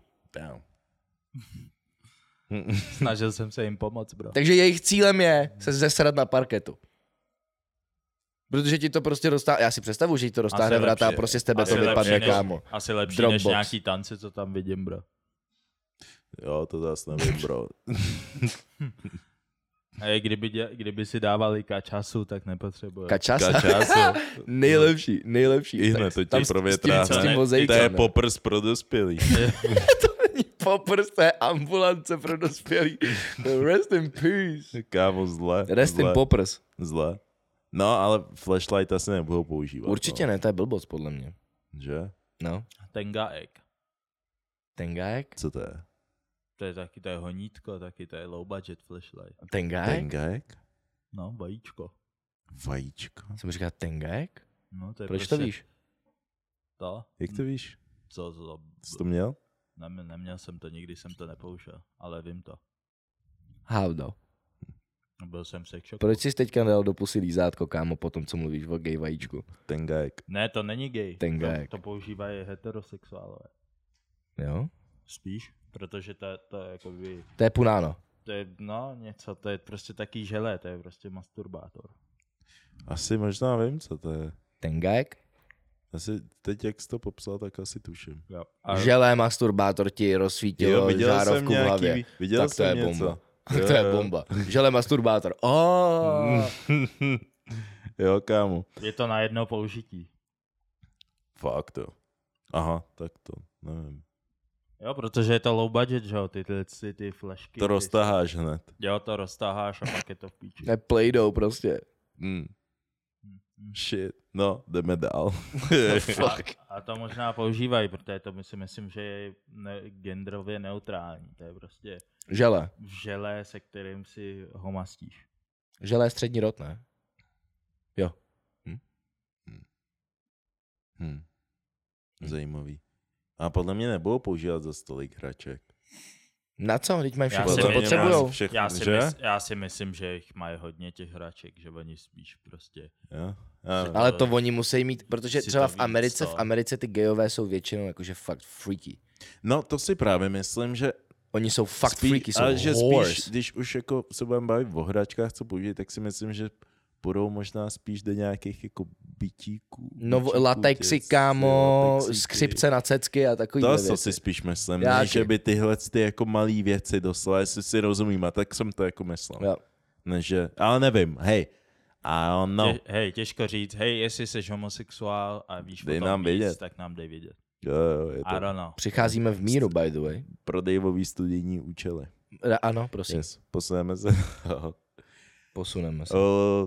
S3: Snažil jsem se jim pomoct, bro.
S1: Takže jejich cílem je se zesrat na parketu. Protože ti to prostě dostá... Já si představu, že ti to dostáhne
S3: Asi
S1: vrata a
S2: lepší.
S1: prostě z tebe
S3: Asi
S1: to
S3: lepší
S1: vypadne,
S3: než-
S1: kámo.
S3: Asi lepší
S1: Dropbox.
S3: než nějaký tance, co tam vidím, bro.
S2: Jo, to zase nevím, bro.
S3: A kdyby, dě, kdyby si dávali kačasu, tak nepotřebuje.
S1: Kačasa.
S2: Kačásu.
S1: Nejlepší, nejlepší.
S2: I hned to
S1: Tam
S2: ti
S1: s- s tím, s tím
S2: provětráhne. To
S1: mozaikem,
S2: je
S1: ne?
S2: poprs pro dospělý.
S1: Poprst, to prostě je ambulance pro dospělí. Rest in peace.
S2: Kámo, zle.
S1: Rest in
S2: zle,
S1: poprs.
S2: Zle. No, ale flashlight asi nebudou používat.
S1: Určitě ne, to je blbost podle mě.
S2: No. Že?
S1: No,
S3: Ten gaek.
S1: tengák,
S2: Co to je?
S3: To je taky, to je honítko, taky to je low budget flashlight.
S1: tengák.
S2: Tengajek?
S3: No, vajíčko.
S2: Vajíčko.
S1: Jsem říkal tengák?
S3: No, to je
S1: Proč
S3: prostě
S1: to víš?
S3: To?
S2: Jak to víš?
S3: Co, co, co,
S2: Jsi to měl?
S3: nem, neměl jsem to, nikdy jsem to nepoužil, ale vím to.
S1: How do?
S3: Byl jsem sex shopu.
S1: Proč jsi teďka nedal do pusy lízátko, kámo, po tom, co mluvíš o gay vajíčku?
S2: Tengajek.
S3: Ne, to není gay.
S1: Ten
S3: to,
S1: gag.
S3: to používají heterosexuálové.
S1: Jo?
S3: Spíš? Protože to, to je jakoby,
S1: To je punáno.
S3: to je, no něco, to je prostě taký želé, to je prostě masturbátor.
S2: Asi možná vím, co to je.
S1: Tengák?
S2: Asi teď, jak jsi to popsal, tak asi tuším.
S3: Jo.
S1: A...
S3: A
S1: Želé masturbátor ti rozsvítilo jo, žárovku v hlavě.
S2: viděl
S1: tak to
S2: jsem
S1: je
S2: něco.
S1: bomba.
S2: Jo,
S1: to je
S2: jo.
S1: bomba. Želé masturbátor. Oh.
S2: jo, kámo.
S3: je to na jedno použití.
S2: Fakt jo. Aha, tak to, nevím.
S3: Jo, protože je to low budget, že jo, ty, ty, ty, ty flashky.
S2: To
S3: ty-
S2: roztaháš hned.
S3: Jo, to roztaháš a pak je to v píči.
S1: To je play prostě.
S2: Mm. Shit. No, jdeme dál.
S3: A, a to možná používají, protože to my si myslím, že je ne, genderově neutrální. To je prostě
S1: Želé.
S3: želé, se kterým si ho mastíš.
S1: Želé je střední rod, ne? Jo.
S2: Hm. Zajímavý. A podle mě nebudou používat za stolik hraček.
S1: Na co? Teď mají
S3: Já
S1: všechno,
S3: si
S1: co
S3: myslím,
S1: potřebujou.
S2: Všechno,
S3: Já si,
S2: že?
S3: mys, já si myslím, že jich mají hodně těch hraček, že oni spíš prostě.
S2: Jo? Já nevím.
S1: Ale to oni musí mít, protože
S3: Si
S1: třeba
S3: to
S1: v
S3: víc,
S1: Americe,
S3: no.
S1: v Americe ty gejové jsou většinou jakože fakt freaky.
S2: No, to si právě myslím, že
S1: Oni jsou fakt
S2: Spí-
S1: freaky, jsou
S2: ale že
S1: whores.
S2: spíš, když už jako se budeme bavit o hračkách, co použít, tak si myslím, že budou možná spíš do nějakých jako bytíků.
S1: No,
S2: bytíků,
S1: latexy,
S2: těch-
S1: kámo,
S2: latexíky.
S1: skřipce na cecky a takový
S2: To,
S1: věci.
S2: co si spíš myslím,
S1: Já
S2: ne,
S1: taky.
S2: že by tyhle ty jako malé věci doslova, jestli si rozumím, a tak jsem to jako myslel.
S1: Jo.
S2: Ne, že, ale nevím, hej, I don't know.
S3: Tě, hej, těžko říct, hej, jestli jsi homosexuál a víš
S2: Dej
S3: o tom
S2: nám
S3: víc,
S2: vědět.
S3: tak nám dej vědět.
S2: Jo, jo, je
S3: I
S2: to
S3: don't know.
S1: Přicházíme v míru, by the way.
S2: prodejový studijní účely.
S1: Ra- ano, prosím,
S2: Yes, posuneme se.
S1: posuneme se.
S2: O,